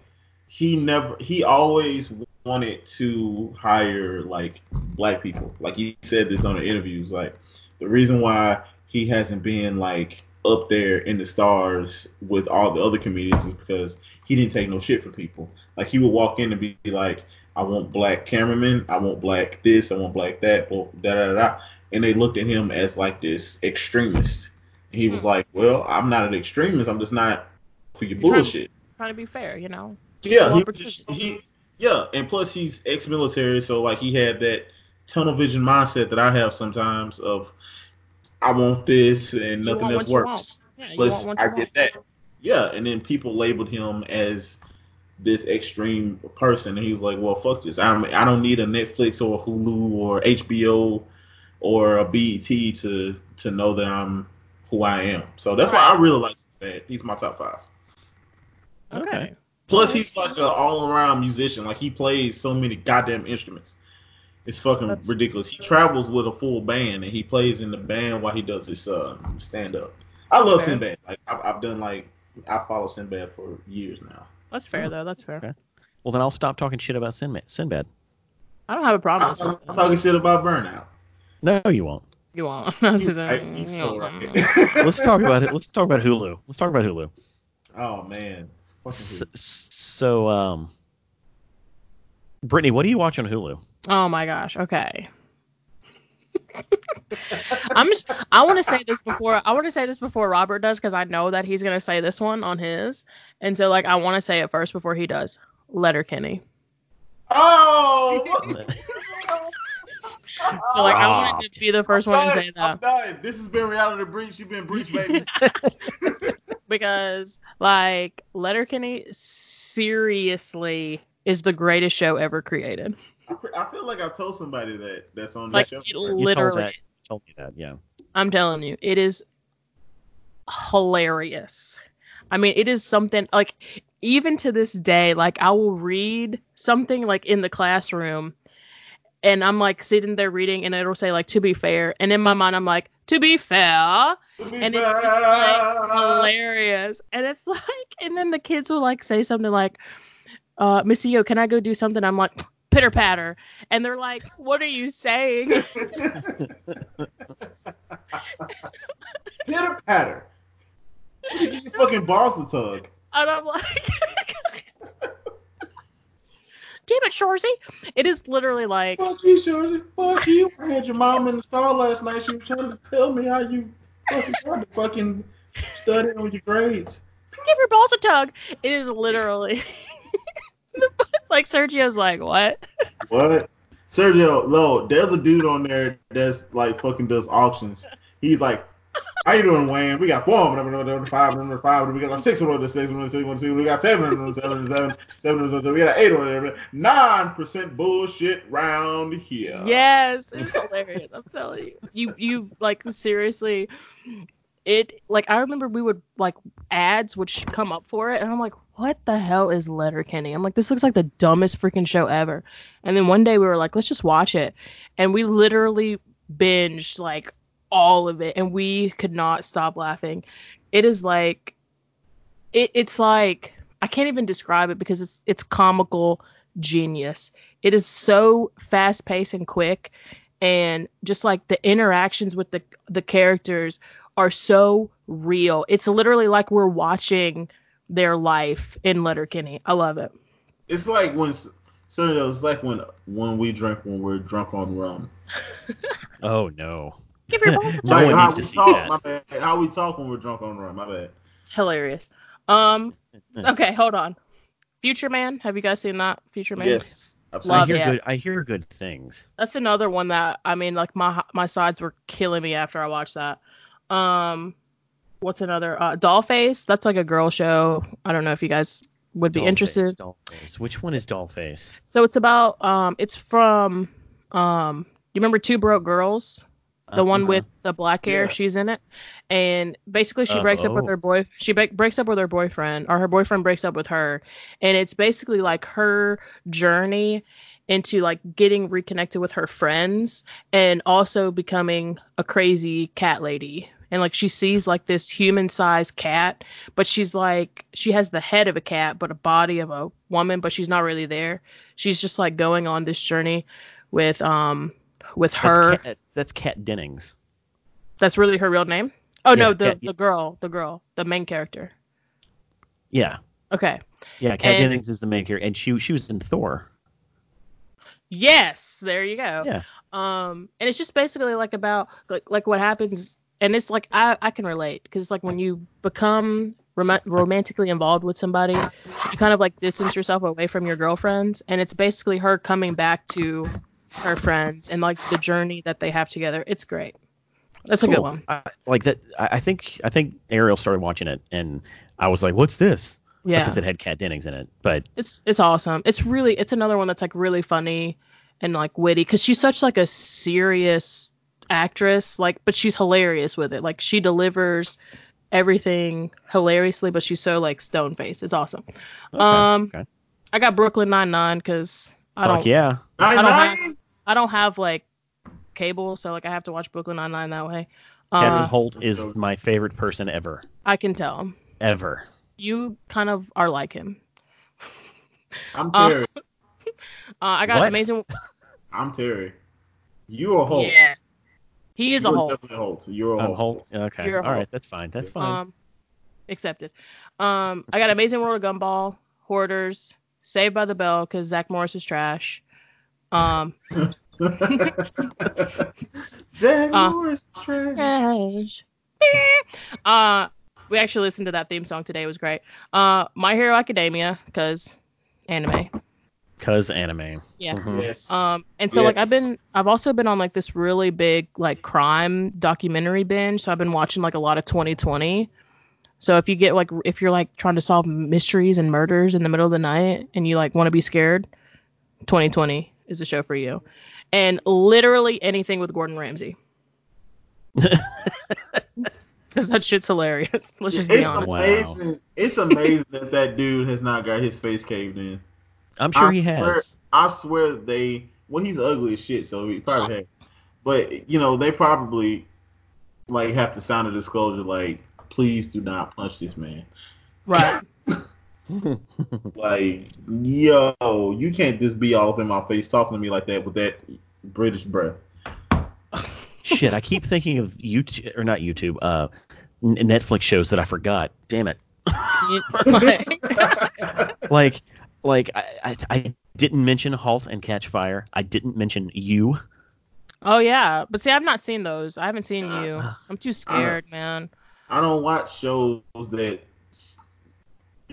he never, he always wanted to hire like black people. Like he said this on the interviews. Like the reason why he hasn't been like up there in the stars with all the other comedians is because he didn't take no shit from people. Like he would walk in and be like, I want black cameramen. I want black this. I want black that. blah, Da da da. da. And they looked at him as like this extremist. And he was
Hmm.
like, "Well, I'm not an extremist. I'm just not for your
You're trying-
bullshit."
Trying to be fair, you know.
Yeah, he,
Well,
just- he- yeah, and plus he's ex-military, so like he had that tunnel vision mindset that I have sometimes of I want this and nothing
want
else
what you want.
works.
Yeah, you
Plus,
want what
I
you
get
want.
that. Yeah, and then people labeled him as this extreme person, and he was like, "Well, fuck this. I don't. I don't need a Netflix or a Hulu or HBO or a BET to to know that I'm who I am." So that's why I really like that. He's my top five.
Okay.
Plus, he's like an all-around musician. Like he plays so many goddamn instruments. It's fucking
That's-
ridiculous. He travels with a full band and he plays in the band while he does his uh, stand-up. I love
Fair.
Sinbad. Like I've, I've done like I follow Sinbad for years now.
That's fair though. That's fair.
Okay. Well, then I'll stop talking shit about Sinbad. Sinbad.
I don't have a problem.
I'm,
with that.
I'm talking shit about burnout.
No, you won't.
You won't. I was
He's
just-
right. He's so
Yeah.
right.
Let's talk about it. Let's talk about Hulu. Let's talk about Hulu.
oh man.
S-
Fucking
s- So, um, Brittany, what do you watch on Hulu?
Oh my gosh. Okay. I'm just, I want to say this before I want to say this before Robert does because I know that he's gonna say this one on his, and so like I want to say it first before he does. Letterkenny.
Oh. what-
So like I wanted to be the first one to
I'm
say
dying. I'm
that
dying. This has been reality breach. You've been breached, baby.
because like Letterkenny seriously is the greatest show ever created.
I pre- I feel like I told somebody that that's on
Like
this
it
show.
You told,
literally
that, you told me that. Yeah.
I'm telling you, it is hilarious. I mean, it is something like even to this day, like I will read something like in the classroom and I'm like sitting there reading and it'll say like to be fair. And in my mind I'm like, to be fair
To be
and it's just,
fair,
like, hilarious. And it's like and then the kids will like say something like, uh, Missy Yo, can I go do something? I'm like, pitter patter. And they're like, What are you saying?
Pitter patter. Get your fucking balls to tug.
And I'm like, damn it, Shorzy. It is literally like,
Fuck you, Shorty. Fuck you. I had your mom in the stall last night. She was trying to tell me how you fucking tried to fucking study on your grades.
give your balls a tug. It is literally like Sergio's like, what?
What? Sergio, no, there's a dude on there that's like fucking does auctions. He's like, How you doing, Wayne? We got four, number number five, number five, we got like six, number six, number six, number six, we got seven, number seven, seven, seven, number seven, we got eight, number nine percent bullshit round here.
Yes, it's hilarious. I'm telling you, you you like seriously. It like I remember we would like ads would sh- come up for it, and I'm like, what the hell is Letterkenny? I'm like, this looks like the dumbest freaking show ever. And then one day we were like, let's just watch it. And we literally binged like all of it and we could not stop laughing. It is like it, it's like I can't even describe it because it's it's comical genius. It is so fast paced and quick and just like the interactions with the the characters are so real. It's literally like we're watching their life in Letterkenny. I love it.
It's like when Sergio, it's like when when we drink when we're drunk on rum.
Oh no.
Give your balls a
No
tug.
one
how
needs to
we
see
talk,
that.
my bad. How we talk when we're drunk on rum, my bad.
hilarious. Um, okay, hold on. Future Man, have you guys seen that? Future Man.
Yes. I've
I
Love
hear
it.
good. I hear good things.
That's another one that I mean, like my my sides were killing me after I watched that. Um, what's another? Uh, Dollface. That's like a girl show. I don't know if you guys would be
Dollface,
interested.
Dollface. Which one is Dollface?
So it's about um, it's from um, you remember Two Broke Girls? the one
Uh-huh.
with the black hair
Yeah.
she's in it and basically she breaks up with
Oh.
her boy she bre- breaks up with her boyfriend or her boyfriend breaks up with her and it's basically like her journey into like getting reconnected with her friends and also becoming a crazy cat lady and like she sees like this human sized cat but she's like she has the head of a cat but a body of a woman but she's not really there she's just like going on this journey with um with
That's
her
Kat- that's Kat Dennings.
that's really her real name? Oh
Yeah,
no, the
Kat-
the girl, the girl, the main character.
Yeah,
Okay.
yeah. Kat
And-
Dennings is the main character, and she she was in Thor.
Yes, there you go.
Yeah.
Um, and it's just basically like about like like what happens, and it's like I I can relate because it's like when you become rom- romantically involved with somebody, you kind of like distance yourself away from your girlfriends, and it's basically her coming back to her friends and like the journey that they have together. It's great. That's a good
Cool.
one.
I, like that. I, I think I think Ariel started watching it, and I was like, "What's this?"
Yeah,
Because it had Kat Dennings in it. But
it's it's awesome. It's really it's another one that's like really funny and like witty because she's such like a serious actress. Like, but she's hilarious with it. Like she delivers everything hilariously, but she's so like stone faced. It's awesome.
okay,
Um,
okay.
I got Brooklyn Nine Nine because I
fuck
don't
yeah,
I don't have-
Nine-Nine?
I don't have like cable, so like I have to watch Brooklyn Nine Nine that way.
Catherine
Uh,
Holt
that's
is
dope.
my favorite person ever,
I can tell
ever.
you kind of are like him.
I'm
Uh,
Terry.
Uh, I got
What?
amazing.
I'm Terry. You're a Holt.
Yeah, he is a
Oh. You're
whole.
definitely a Holt. Oh, You're a
I'm
Holt.
Holt. Okay,
You're a
all
Holt.
right, that's fine. That's fine.
Um, accepted. Um, I got Amazing World of Gumball, Hoarders, Saved by the Bell because Zach Morris is trash. Um,
Zach
Uh,
Morris trash.
trash. uh, we actually listened to that theme song today. It was great. Uh, My Hero Academia because anime.
Cause anime.
Yeah.
Mhm.
Yes.
Um, and so like I've
Yes.
been, I've also been on like this really big like crime documentary binge. So I've been watching like a lot of 2020. So if you get like, if you're like trying to solve mysteries and murders in the middle of the night and you like want to be scared, 2020 is a show for you. And literally anything with Gordon Ramsay. Because that shit's hilarious. Let's just be
it's
honest.
amazing. It's amazing that that dude has not got his face caved in.
I'm sure
I
he
swear-
has.
I swear they. Well, he's ugly as shit, so he probably had. But you know, they probably like have to sign a disclosure, like please do not punch this man.
Right.
Like, yo, you can't just be all up in my face talking to me like that with that British breath.
Shit, I keep thinking of YouTube or not YouTube, uh, N- Netflix shows that I forgot. Damn it!
Like,
Like, like I, I, I didn't mention Halt and Catch Fire. I didn't mention you.
oh yeah. But see, I've not seen those. I haven't seen you. I'm too scared, man.
I don't watch shows that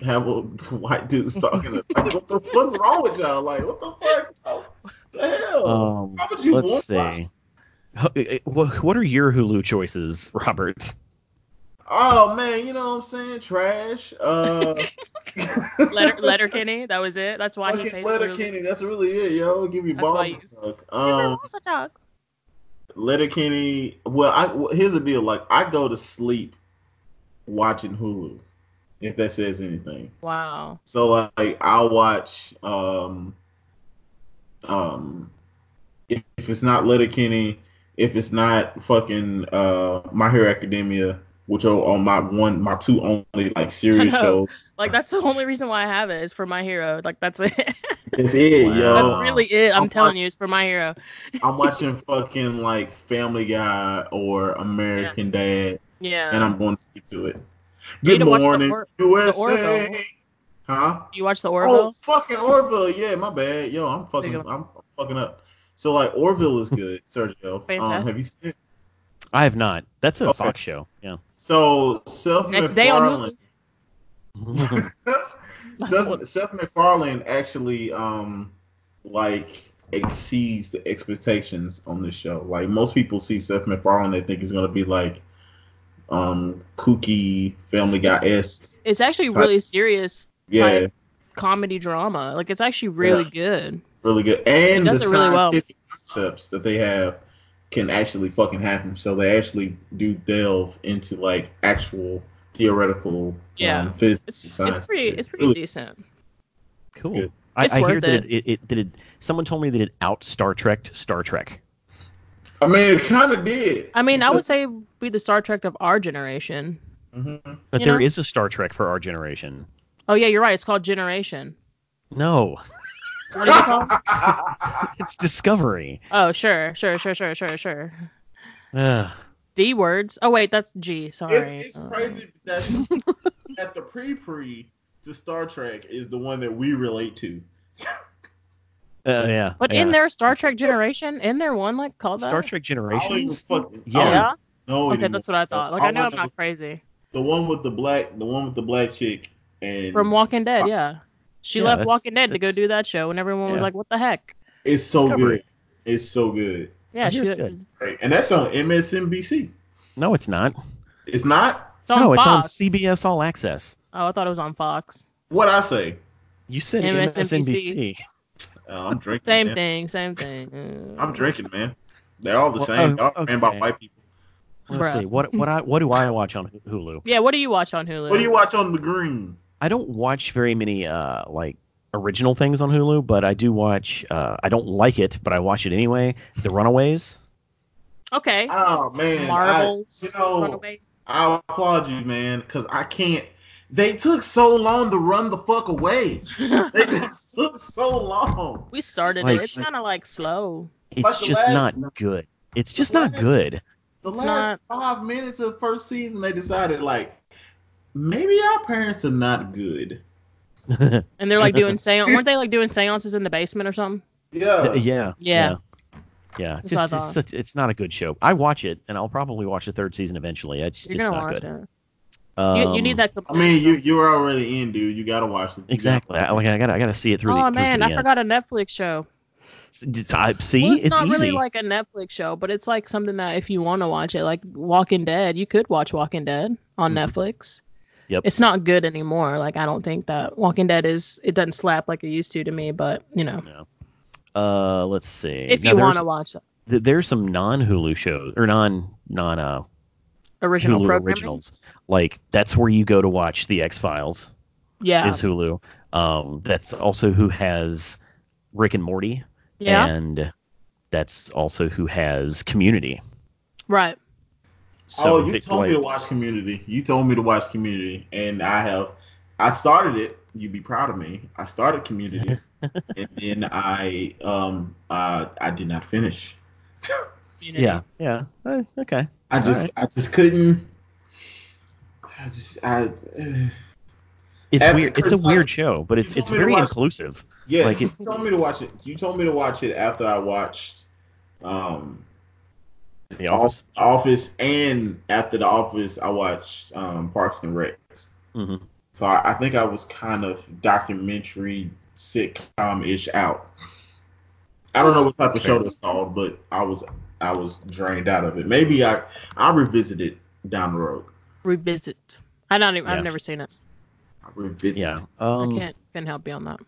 have a, white dudes talking. to- like, what the fuck's wrong with y'all? Like, what the fuck? Oh, the hell?
Um,
How would you want
let's
that?
see. H- wh- What are your Hulu choices, Robert?
Oh man, you know what I'm saying? Trash. Uh,
Letter Letter Kenny. That was it. That's why he
fucking
pays
Letter Kenny. That's really it, yo. Give me
That's why
balls.
you-
to talk. Um, Letter Kenny. Well, I well, here's the deal. Like, I go to sleep watching Hulu, if that says anything.
Wow.
So like I'll watch um um if, if it's not Letterkenny, if it's not fucking uh My Hero Academia, which are on my one my two only like serious
I know.
shows.
Like
uh,
that's the only reason why I have it is for my hero. Like that's it.
That's it,
Wow.
yo.
that's really it. I'm
I'm
telling you, it's for my hero.
I'm watching fucking like Family Guy or American Dad
Yeah.
and I'm going to sleep to it.
You need
Good
to watch the
morning,
Or- the
USA.
Orville.
huh?
you watch the
Oh,
Orville?
fucking Orville. Yeah, my bad. Yo, I'm fucking,
There
I'm,
you
I'm fucking up. So like Orville is good, Sergio. Um,
Fantastic.
have you seen it?
I have not. That's a
Okay.
sock show. Yeah.
So Seth
Next day on
MacFarlane.
Hulu.
Seth, Seth MacFarlane actually um like exceeds the expectations on this show. Like most people see Seth MacFarlane, they think he's gonna be like um kooky Family Guy esque.
It's actually
Type-
really serious
Yeah,
Type. comedy drama. Like it's actually really good.
really good. And
does
the
it really well.
scientific concepts that they have can actually fucking happen. So they actually do delve into like actual theoretical
Yeah.
um, physics. and
It's
science.
it's pretty it's pretty
Really
decent.
cool.
good.
I,
It's
I hear
worth
that
it.
it, it, it that it. Someone told me that it out Star Trek Star Trek.
I mean, it kind of did.
I mean, I would say be the Star Trek of our generation.
Mhm.
But
You
there is
know?
a Star Trek for our generation.
Oh yeah, you're right. It's called Generation.
No,
What is it called?
it's Discovery.
oh sure, sure, sure, sure, sure, sure.
Ugh.
D words. Oh wait, that's G. Sorry.
It's, it's
Uh,
crazy that, that the pre pre to Star Trek is the one that we relate to.
Uh, yeah.
But
yeah.
in their Star Trek generation, in their one like called that? Oh,
Star Trek
I don't even
Generations.
fucking
Yeah.
Yeah.
no.
Okay, that's what I thought. Like I know I'm not crazy.
the one with the black, the one with the black chick, and
From Walking Dead, yeah. She
Yeah,
left
that's-
Walking Dead to go
that's-
do that show, and everyone was
yeah.
like, "What the heck?"
it's so
Discovery.
good. It's so good.
Yeah,
It's
she,
good.
Great. And that's on MSNBC.
No, it's not.
It's not
it's on
no, it's on
Fox.
CBS All Access.
oh, I thought it was on Fox.
what I say.
You said
MSNBC.
MSNBC.
Uh, I'm drinking.
Same
man.
thing, same thing. Mm.
I'm drinking, man. They're all the
Well,
same.
oh,
Y'all ran by
okay.
white people.
Let's
Bruh.
see what what I what do I watch on Hulu?
Yeah, what do you watch on Hulu?
What do you watch on the green?
I don't watch very many uh like original things on Hulu, but I do watch. Uh, I don't like it, but I watch it anyway. The Runaways.
Okay.
Oh man, I,
Marvels.
you know-
Runaway.
I applaud you, man, because I can't. They took so long to run the fuck away. They just took so long.
we started
Like-
it. It's kind of like slow.
It's
But the
just
last-
not good. It's just not
last-
good.
The
It's
last five minutes of first season, they decided like maybe our parents are not good.
And they're like doing seance. Weren't they like doing seances in the basement or something?
yeah,
Yeah,
Yeah.
yeah, yeah.
That's
Just
what I
it's,
thought.
such, it's not a good show. I watch it, and I'll probably watch the third season eventually. It's
You're
just
gonna
not
watch
good.
it. You,
Um,
you need that.
I mean, you you're already in, dude. You gotta watch it.
exactly. I, like I got I got to see it through.
Oh
the,
man,
through
I
to the
forgot a Netflix show.
End. It's- I see.
well, it's, not
easy.
really like a Netflix show, but it's like something that if you want to watch it, like Walking Dead, you could watch Walking Dead on
Mhm.
Netflix.
Yep.
It's not good anymore. Like I don't think that Walking Dead is. It doesn't slap like it used to to me, but you know,
uh, let's see.
if
Now,
you
there's-
want to watch the
th- there's some non Hulu shows or non non uh
original
Hulu
programming,
originals. Like that's where you go to watch the X Files.
yeah,
Is Hulu. Um, that's also who has Rick and Morty.
yeah,
And that's also who has Community.
right.
So
oh, you
they-
told
like-
me to watch Community. You told me to watch Community, and I have. I started it. You'd be proud of me. I started Community, and then I um uh, I did not finish.
You know.
Yeah, yeah. Uh, okay.
I
All
just I just couldn't. I just I uh,
It's
Evan
weird. It's a
Kurtzman-
weird show, but it's
You
it's
told me to
very
watch-
inclusive.
yeah.
Like
you
it-
told me to watch it. You told me to watch it after I watched um
The Office.
Office, and after the Office, I watched um Parks and Recs.
hmm
So I, I think I was kind of documentary sitcom ish out. I don't know what type of show that's called, but I was I was drained out of it. Maybe I I revisit it down the road.
Revisit. I don't. Even, I've
Yeah.
never seen it.
I revisit.
Yeah.
I
Um, I,
can't. Can help you on that.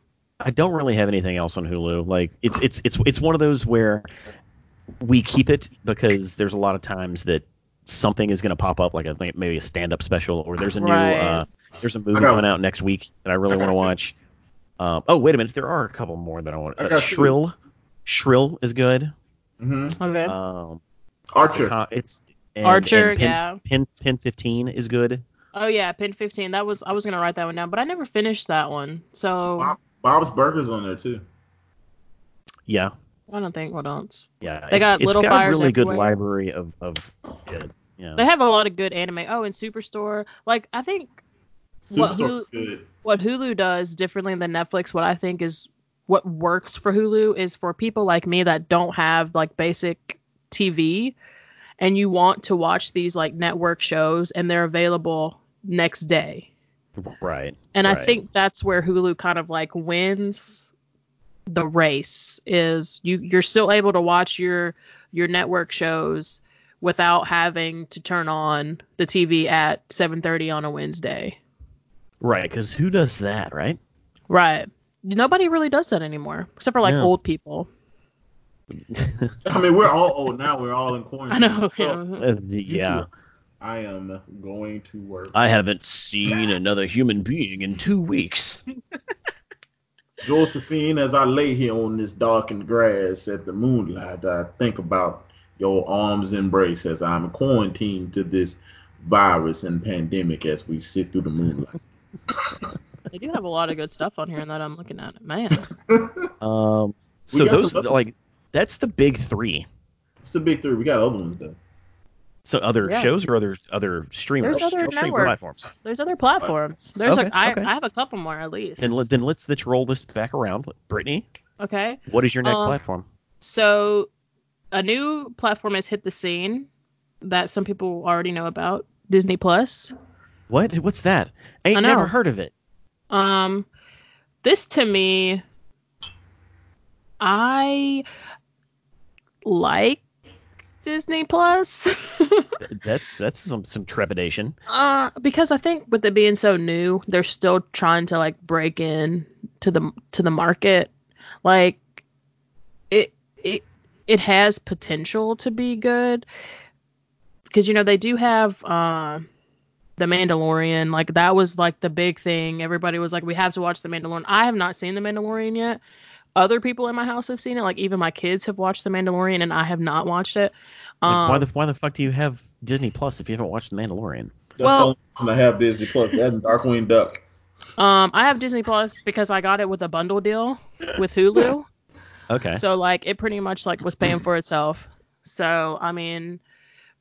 don't really have anything else on Hulu. Like it's it's it's it's one of those where we keep it because there's a lot of times that something is going to pop up, like I think maybe a stand up special or there's a new
Right.
uh, there's a movie
I got-
coming out next week that I really
I got
want to
two.
watch. Um, oh wait a minute, there are a couple more that I want.
I
Uh,
got two.
Shrill, Shrill is good.
hmm
Okay.
Um, it's a
Archer.
co- It's and-
Archer.
and Pin-
yeah.
Pin Pin Fifteen is good.
Oh yeah. Pin fifteen. That was. I was gonna write that one down, but I never finished that one. So
Bob- Bob's Burgers on there too.
Yeah,
I don't think what else.
yeah.
They
it's,
got little
it's got a
fires
really good
everywhere.
library of of good. Yeah.
They have a lot of good anime. Oh, and Superstore. Like I think What,
Superstore's good.
what Hulu does differently than Netflix, what I think is what works for Hulu is for people like me that don't have like basic TV and you want to watch these like network shows and they're available next day.
Right.
And I
right.
think that's where Hulu kind of like wins the race is you you're still able to watch your your network shows without having to turn on the TV at 7:30 on a Wednesday.
right because who does that? Right.
Right. Nobody really does that anymore, except for like
Yeah.
old people.
I mean, we're all old now. We're all in
I
quarantine.
know.
So,
yeah.
Uh,
you
yeah.
two, I am going to work.
I haven't seen another human being in two weeks.
Josephine, as I lay here on this darkened grass at the moonlight, I think about your arms embrace as I'm quarantined to this virus and pandemic as we sit through the moonlight.
They do have a lot of good stuff on here and that I'm looking at. Man.
Um.
We
So
got
those
some-
like that's the big three.
It's the big three. We got other ones though.
So other
Yeah.
shows or other other streamers,
There's other
streaming
networks.
platforms.
There's other platforms. There's
Okay,
like I
okay.
I have a couple more at least.
Then let- then let's let's roll this back around. Brittany,
okay.
what is your next
Um,
platform?
So a new platform has hit the scene that some people already know about, Disney Plus.
What what's that? Ain't
I know.
never heard of it.
Um, this to me, I like Disney Plus.
That's that's some some trepidation.
Uh, because I think with it being so new, they're still trying to like break in to the to the market. Like it it it has potential to be good because you know they do have uh, the Mandalorian. Like that was like the big thing. Everybody was like, we have to watch the Mandalorian. I have not seen the Mandalorian yet. Other people in my house have seen it. Like even my kids have watched the Mandalorian, and I have not watched it.
Like,
Um,
why the why the fuck do you have Disney Plus if you haven't watched The Mandalorian?
That's
Well-
the only reason I have Disney Plus. That and Darkwing Duck.
Um, I have Disney Plus because I got it with a bundle deal with Hulu.
Okay,
So like it pretty much like was paying for itself. So I mean,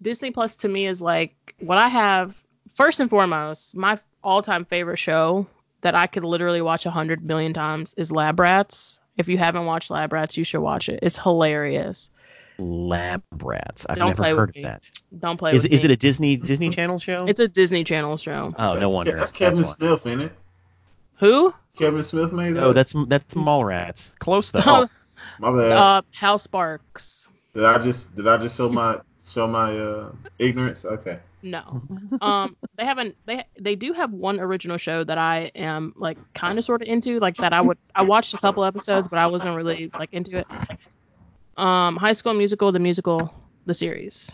Disney Plus to me is like what I have first and foremost. My all-time favorite show that I could literally watch a hundred million times is Lab Rats. If you haven't watched Lab Rats, you should watch it. It's hilarious.
Lab Rats. I've
Don't
never
play with
heard of
me.
that.
Don't play
Is
with
is
me.
it a Disney Disney Channel show?
it's a Disney Channel show.
oh no wonder.
Yeah, that's Kevin
why.
Smith, ain't it?
Who?
Kevin Smith made that.
No, Oh, that's that's Mallrats. Close though.
Oh,
my bad.
uh, House Sparks.
did I just did I just show my show my uh, ignorance? Okay.
No. um they haven't they they do have one original show that i am like kind of sort of into like that i would i watched a couple episodes but i wasn't really like into it um high school musical the musical the series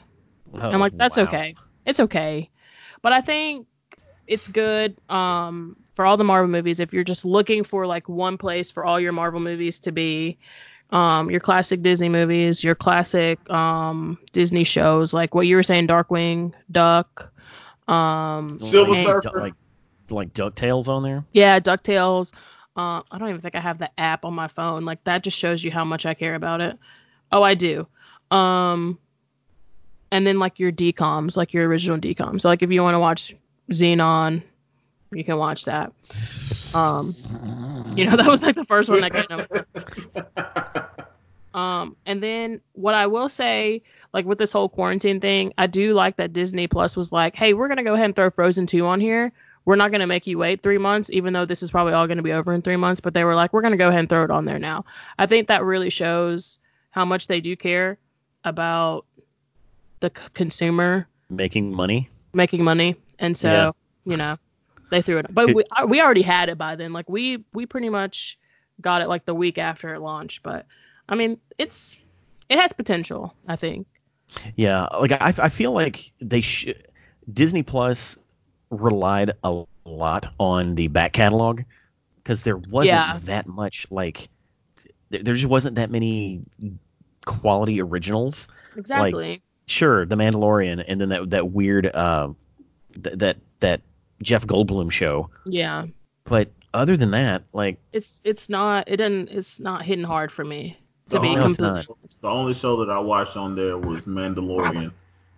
Oh,
i'm like that's
wow.
okay it's okay but i think it's good um for all the marvel movies if you're just looking for like one place for all your marvel movies to be um your classic disney movies your classic um disney shows like what you were saying darkwing duck um
Silver
and-
Surfer.
like like Ducktales on there.
yeah, DuckTales. Uh, I don't even think I have the app on my phone. Like that just shows you how much I care about it. Oh, I do. Um, and then like your DComs, like your original DComs. So, like if you want to watch Xenon, you can watch that. Um, you know that was like the first one that came up. Um, and then what I will say, like with this whole quarantine thing, I do like that Disney Plus was like, hey, we're gonna go ahead and throw Frozen two on here. We're not gonna make you wait three months, even though this is probably all gonna be over in three months. But they were like, we're gonna go ahead and throw it on there now. I think that really shows how much they do care about the c- consumer
Making money.
making money, and so
Yeah.
you know they threw it. But
It-
we I- we already had it by then. Like we we pretty much got it like the week after it launched. But I mean, it's it has potential. I think.
Yeah, like I I feel like they sh- Disney Plus relied a lot on the back catalog because there wasn't
Yeah.
that much like th- there just wasn't that many quality originals.
Exactly.
sure the mandalorian and then that that weird uh, th- that that jeff goldblum show
yeah.
but other than that like
It's it's not it doesn't it's not hitting hard for me to
No,
be
Oh, no, it's
completely.
The only show that I watched on there was Mandalorian,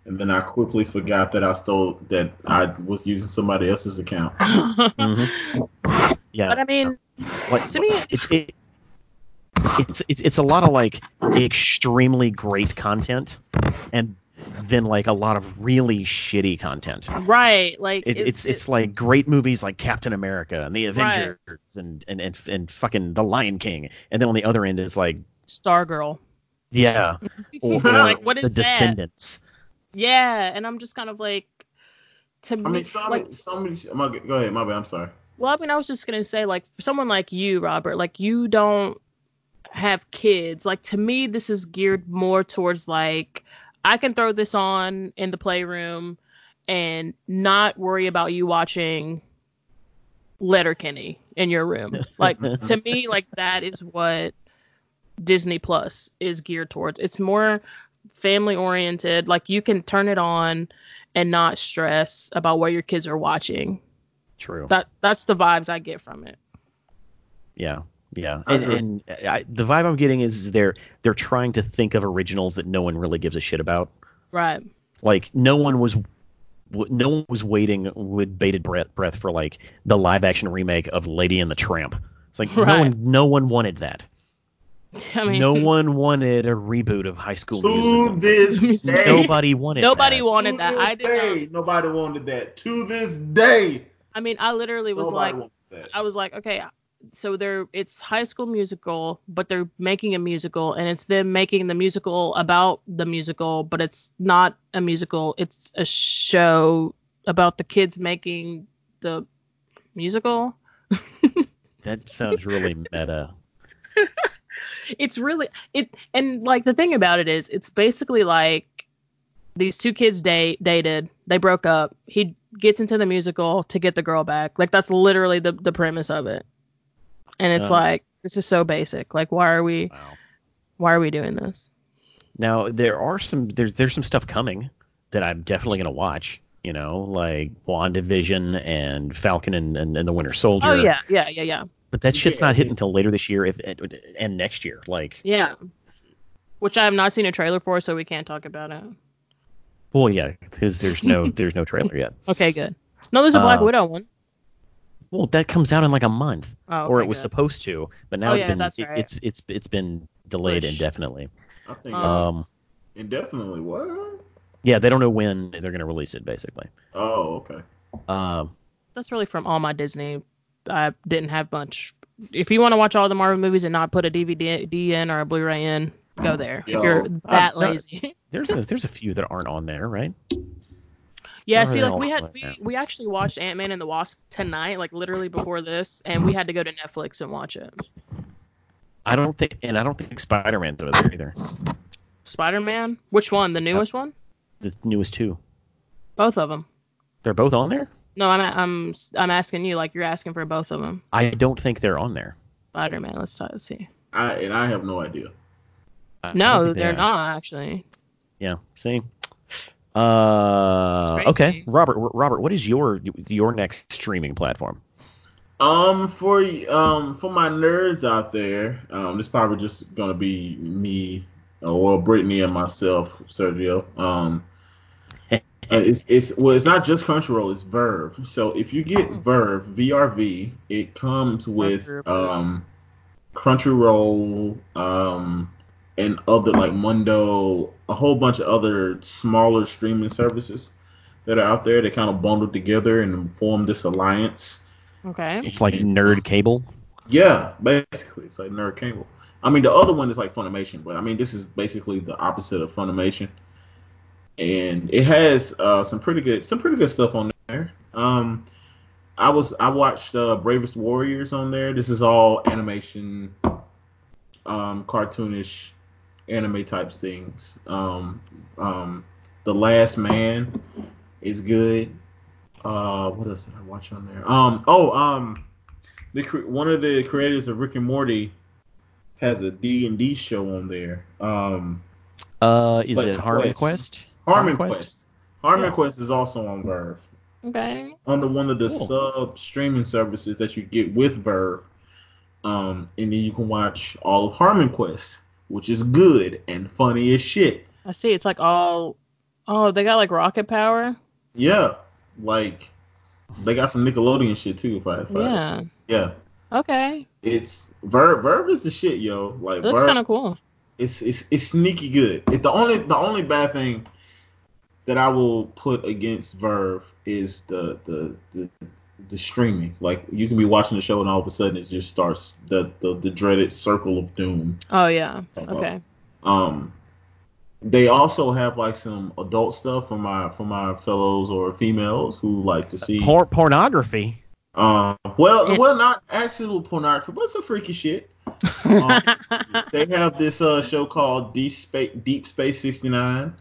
and then I quickly forgot that I stole that I was using somebody else's account.
Mhm. yeah
But I mean,
what-
to me,
it's it, it's it's it's a lot of like extremely great content and then like a lot of really shitty content
right? Like
it, it's it's like great movies like Captain America and the Avengers and, and and and fucking The Lion King and then on the other end is like
Stargirl.
yeah or, or
like what
the
is that?
Descendants
Yeah, and I'm just kind of like to
I
me
mean, some
like
some. my- Go ahead, my bad. I'm sorry.
Well, I mean, I was just gonna say, like, for someone like you, Robert, like you don't have kids. Like to me, this is geared more towards like I can throw this on in the playroom and not worry about you watching Letterkenny in your room. Like to me, like that is what Disney Plus is geared towards. It's more family oriented. Like you can turn it on and not stress about what your kids are watching
true
that that's the vibes I get from it.
yeah yeah
I
and,
agree.
and I, the vibe I'm getting is they're they're trying to think of originals that no one really gives a shit about
Right.
like no one was w- no one was waiting with bated breath breath for like the live action remake of Lady and the Tramp it's like no
Right.
one no one wanted that
I mean, hmm.
no one wanted a reboot of High School Musical.
To this day,
Nobody wanted.
Nobody
that.
wanted
To
that. I
this
did
day,
not.
Nobody wanted that. To this day,
I mean, I literally was
nobody
like,
wanted that.
I was like, okay, so they're it's High School Musical, but they're making a musical, and it's them making the musical about the musical, but it's not a musical. It's a show about the kids making the musical.
That sounds really meta.
it's really it and like the thing about it is it's basically like these two kids date dated they broke up he gets into the musical to get the girl back like that's literally the the premise of it and it's
Oh.
like this is so basic like why are we
Wow.
why are we doing this
Now there are some there's there's some stuff coming that I'm definitely gonna watch. You know, like WandaVision and Falcon and, and, and the Winter Soldier.
oh yeah yeah yeah yeah
But that shit's
Yeah.
not hitting until later this year, if and next year. Like,
yeah which i have not seen a trailer for so we can't talk about it
well, yeah, because there's no there's no trailer yet.
okay good no there's a black
Uh,
widow one.
Well, that comes out in like a month,
Oh,
or
okay,
it was
good.
supposed to, but now
Oh,
it's
yeah,
been
that's
it-
right.
it's it's it's been delayed
Push.
indefinitely.
I think
Um,
Um,
indefinitely. What?
yeah, they don't know when they're gonna release it. Basically,
Oh, okay.
um,
that's really from all my Disney. I didn't have much. If you want to watch all the Marvel movies and not put a DVD in or a Blu-ray in, go there.
Yo,
if you're
I'm
that
not-
lazy.
there's a, there's a few that aren't on there, right?
yeah,
Where
see,
are
like we
they all
had
at
we,
now?
we actually watched Ant Man and the Wasp tonight, like literally before this, and we had to go to Netflix and watch it.
I don't think, and I don't think Spider Man's over there either.
Spider Man, which one? The newest one?
The newest two,
Both of them?
they're both on there.
No, I'm I'm I'm asking you, like you're asking for both of them.
I don't think they're on there.
Spider Man, let's, t- let's see.
I and I have no idea.
I- I don't
No,
think they
they're
are.
not actually.
Yeah, see. Uh,
It's
okay,
crazy.
Robert. Robert, what is your your next streaming platform?
Um, for um for my nerds out there, um, this probably just gonna be me, uh, well, Brittany and myself, Sergio. Um, uh, it's it's well, it's not just Crunchyroll, it's Verve. So if you get Verve, VRV, it comes with um, Crunchyroll, um, and other like Mundo, a whole bunch of other smaller streaming services that are out there. They kind of bundled together and formed this alliance.
Okay.
It's like nerd cable.
Yeah, basically, it's like Nerd Cable. I mean, the other one is like Funimation, but I mean, this is basically the opposite of Funimation, and it has uh, some pretty good, some pretty good stuff on there. Um, I was I watched uh, Bravest Warriors on there. This is all animation, um, cartoonish, anime types things. Um, um, the Last Man is good. Uh, what else did I watch on there? Um, oh, um the cre- one of the creators of Rick and Morty has a D and D show on there. Um,
Uh, is
But
it
it's
Harmon
Quest.
Quest?
Harmon
Harmon
Quest.
Quest?
Harmon
Yeah.
Quest is also on Verve
Okay.
under one of the
Cool.
sub streaming services that you get with Verve, um, and then you can watch all of Harmon Quest, which is good and funny as shit.
I see. It's like all. Oh, they got like rocket power.
Yeah, like they got some Nickelodeon shit too. If I, if I
Yeah.
yeah,
Okay.
it's Verve. Verve is the shit, yo. Like
It looks
Verve-
kind of cool.
it's it's it's sneaky good. It, the only the only bad thing that I will put against Verve is the the the, the streaming. Like you can be watching the show and all of a sudden it just starts the the, the dreaded circle of doom.
Oh yeah.
come up.
Okay.
Um, they also have like some adult stuff for my for my fellows or females who like to see.
Por- pornography.
Um, well,
Yeah.
well, not actual pornography, but some freaky shit. Um, they have this uh, show called Deep Space Deep Space 69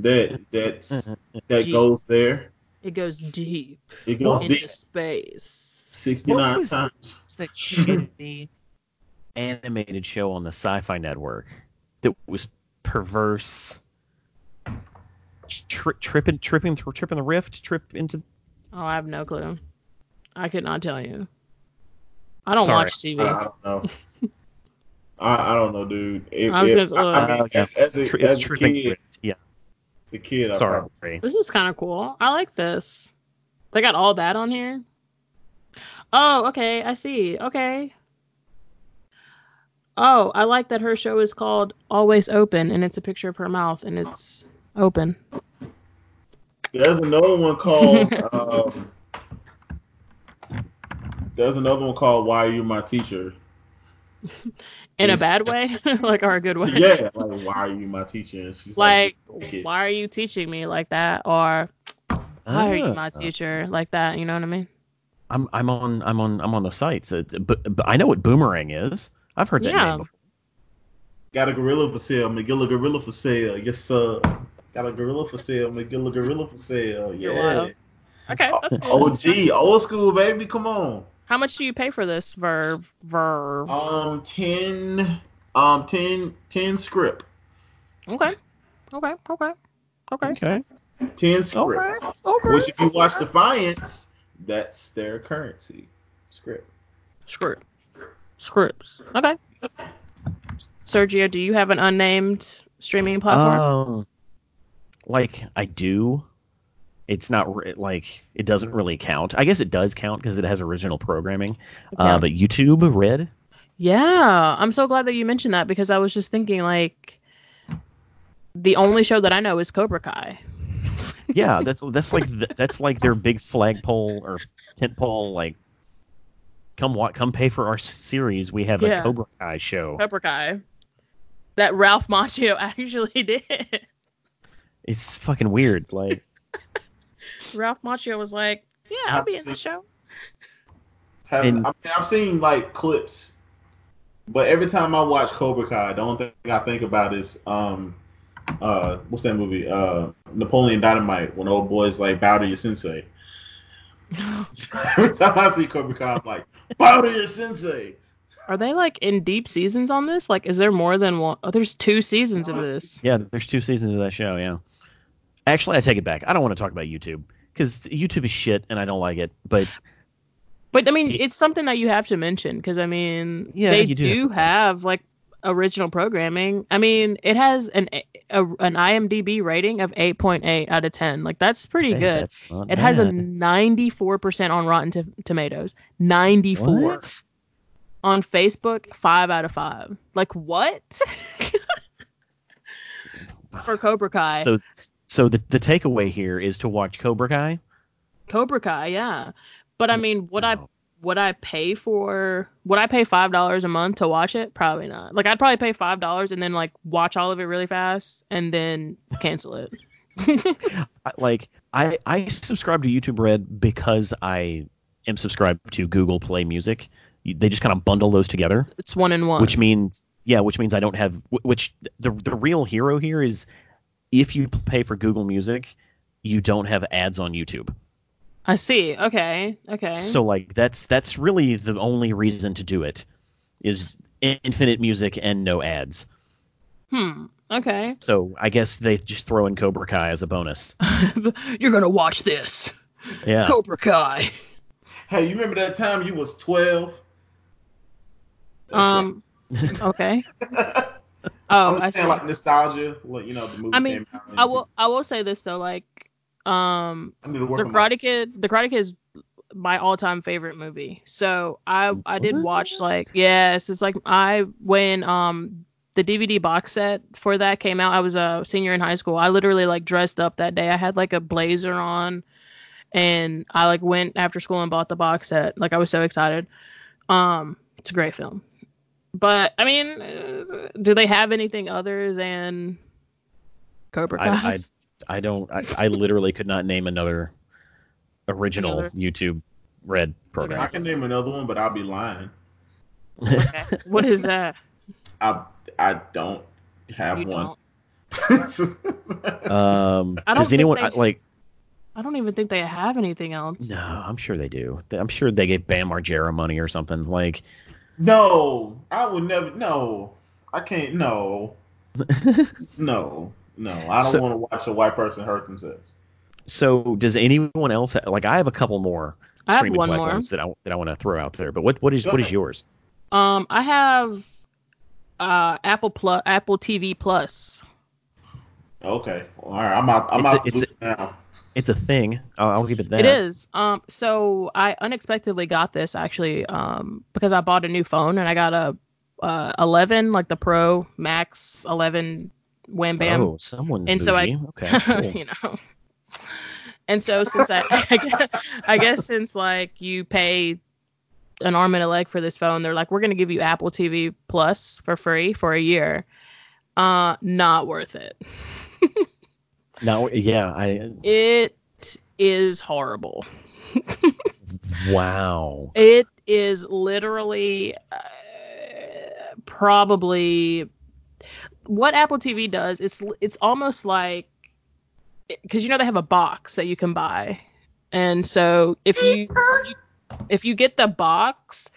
that that's that
Deep.
goes there.
it goes deep
It goes
into
deep
space.
69
What was-
times.
It's that shitty animated show on the Sci-Fi Network that was perverse. Tri- tripping, tripping, through tripping the rift, trip into.
Oh, I have no clue. I could not tell you. I don't
Sorry.
watch TV.
I, I don't know. I, I don't know, dude. It-
I was
it-
gonna-
I- I mean,
Uh, yeah.
as, as a,
Tri-
as
it's
a
tripping.
kid,
rift. Yeah,
as a kid, I
sorry.
probably-
this is kind of cool. I like this. They got all that on here. Oh, okay. I see. Okay. Oh, I like that her show is called Always Open, and it's a picture of her mouth, and it's open.
there's another one called um, There's another one called "Why Are You My Teacher."
in a
Yes.
bad way, like or a good way.
yeah, like why are you my teacher? And she's
Like,
like, "Take it."
why are you teaching me like that? Or why are
Ah.
you my teacher like that? You know what I mean?
Ah. I'm I'm on I'm on I'm on the sites. Uh, but, but I know what boomerang is. I've heard that
Yeah.
name. Before.
Got a gorilla for sale, McGilla gorilla for sale. Yes, sir. Got a gorilla for sale, McGilla gorilla for sale.
You're
Yeah.
wild. Okay, that's
Oh,
cool.
OG, old school, baby. Come on.
How much do you pay for this? Verb, verb.
Um, ten, um, 10, 10 script,
Okay, okay, okay, okay,
Okay.
ten script.
okay, okay.
Which, if you watch Defiance, that's their currency script.
Script. Scripts. Okay. Sergio, do you have an unnamed streaming
Uh,
platform?
Um, like I do. It's not re- like it doesn't really count. I guess it does count because it has original programming. Uh,
Yeah.
but YouTube Red.
yeah. I'm so glad that you mentioned that because I was just thinking like the only show that I know is Cobra Kai.
Yeah, that's that's like th- that's like their big flagpole or tentpole. Like, come what come pay for our s- series. We have
Yeah.
a Cobra Kai show.
Cobra Kai. That Ralph Macchio actually did.
It's fucking weird. Like,
Ralph Macchio was like, Yeah, I'll be in the show.
Have,
And-
I mean, I've seen like clips, but every time I watch Cobra Kai, the only thing I think about is um, uh, what's that movie? Uh, Napoleon Dynamite. When old boys like bow to your sensei. every time I see Cobra Kai, I'm like bow to your sensei.
Are they like in deep seasons on this? Like, is there more than one? Oh, there's two seasons of this.
yeah, there's two seasons of that show. Yeah. Actually, I take it back. I don't want to talk about YouTube because YouTube is shit and I don't like it. But
But I mean,
Yeah.
it's something that you have to mention because I mean,
Yeah,
they
you do
do have like original programming. I mean, it has an a, an IMDb rating of 8.8 out of 10. Like that's pretty
hey,
good.
that's not
It has a
bad.
94% on Rotten T- Tomatoes. 94
What?
on Facebook, 5 out of 5. Like what? For Cobra Kai.
So, so the the takeaway here is to watch Cobra Kai.
Cobra Kai, yeah. But I mean, would I
No.
would I pay for would I pay five dollars a month to watch it? Probably not. Like I'd probably pay five dollars and then like watch all of it really fast and then cancel it.
I- like I I subscribe to YouTube Red because I am subscribed to Google Play Music. You- They just kind of bundle those together,
It's one in one.
which means yeah, which means I don't have wh- which the the real hero here is if you pay for Google Music, you don't have ads on YouTube.
I see. Okay. Okay.
So like that's that's really the only reason to do it is in- infinite music and no ads.
hmm. Okay.
So I guess they just throw in Cobra Kai as a bonus.
You're gonna watch this.
Yeah.
Cobra Kai.
Hey, you remember that time you was twelve?
Um okay. Oh, I
I'm just
see.
saying like nostalgia. Like you know the movie
I mean,
came out. and
I will I will say this though, like um
I need to work
The
on my-
Karate Kid. The Karate Kid is my all-time favorite movie. So I I did watch like yes, it's like I when um the DVD box set for that came out. I was a senior in high school. I literally like dressed up that day. I had like a blazer on, and I like went after school and bought the box set. Like I was so excited. Um, it's a great film. But I mean, uh, do they have anything other than Cobra Kai?
I, I, I don't. I, I literally could not name another original
Another.
YouTube Red
I
program.
can name another one, but I'll be lying.
Okay. what is that?
I I don't have
You
one.
don't.
Um,
I don't
does anyone
think they-
I- like?
I don't even think they have anything else.
No, I'm sure they do. I'm sure they gave Bam Margera money or something. Like,
no, I would never. No, I can't. No, no, no. I don't
So-
want to watch a white person hurt themselves.
so does anyone else? ha- Like, I have a couple more
I have
streaming
one more.
platforms that I that I want to throw out there. But what what is
Go
what is
ahead.
yours?
Um, I have uh Apple Plus, Apple TV Plus.
Okay, all right. I'm out. I'm
It's a-
out. the
it's a-
loop now.
It's a thing. I'll, I'll give it that.
It is. Um, so I unexpectedly got this actually, um, because I bought a new phone and I got a uh 11, like the Pro Max 11, wham bam.
Oh, someone's
And
and
so I-
okay. cool.
you know. And so since I, I guess since like you pay an arm and a leg for this phone. They're like, we're going to give you Apple TV Plus for free for a year. Uh, not worth it.
No, yeah, I
It is horrible.
wow.
It is literally uh, probably what Apple TV does. It's it's almost like because you know they have a box that you can buy, and so if you if you get the box,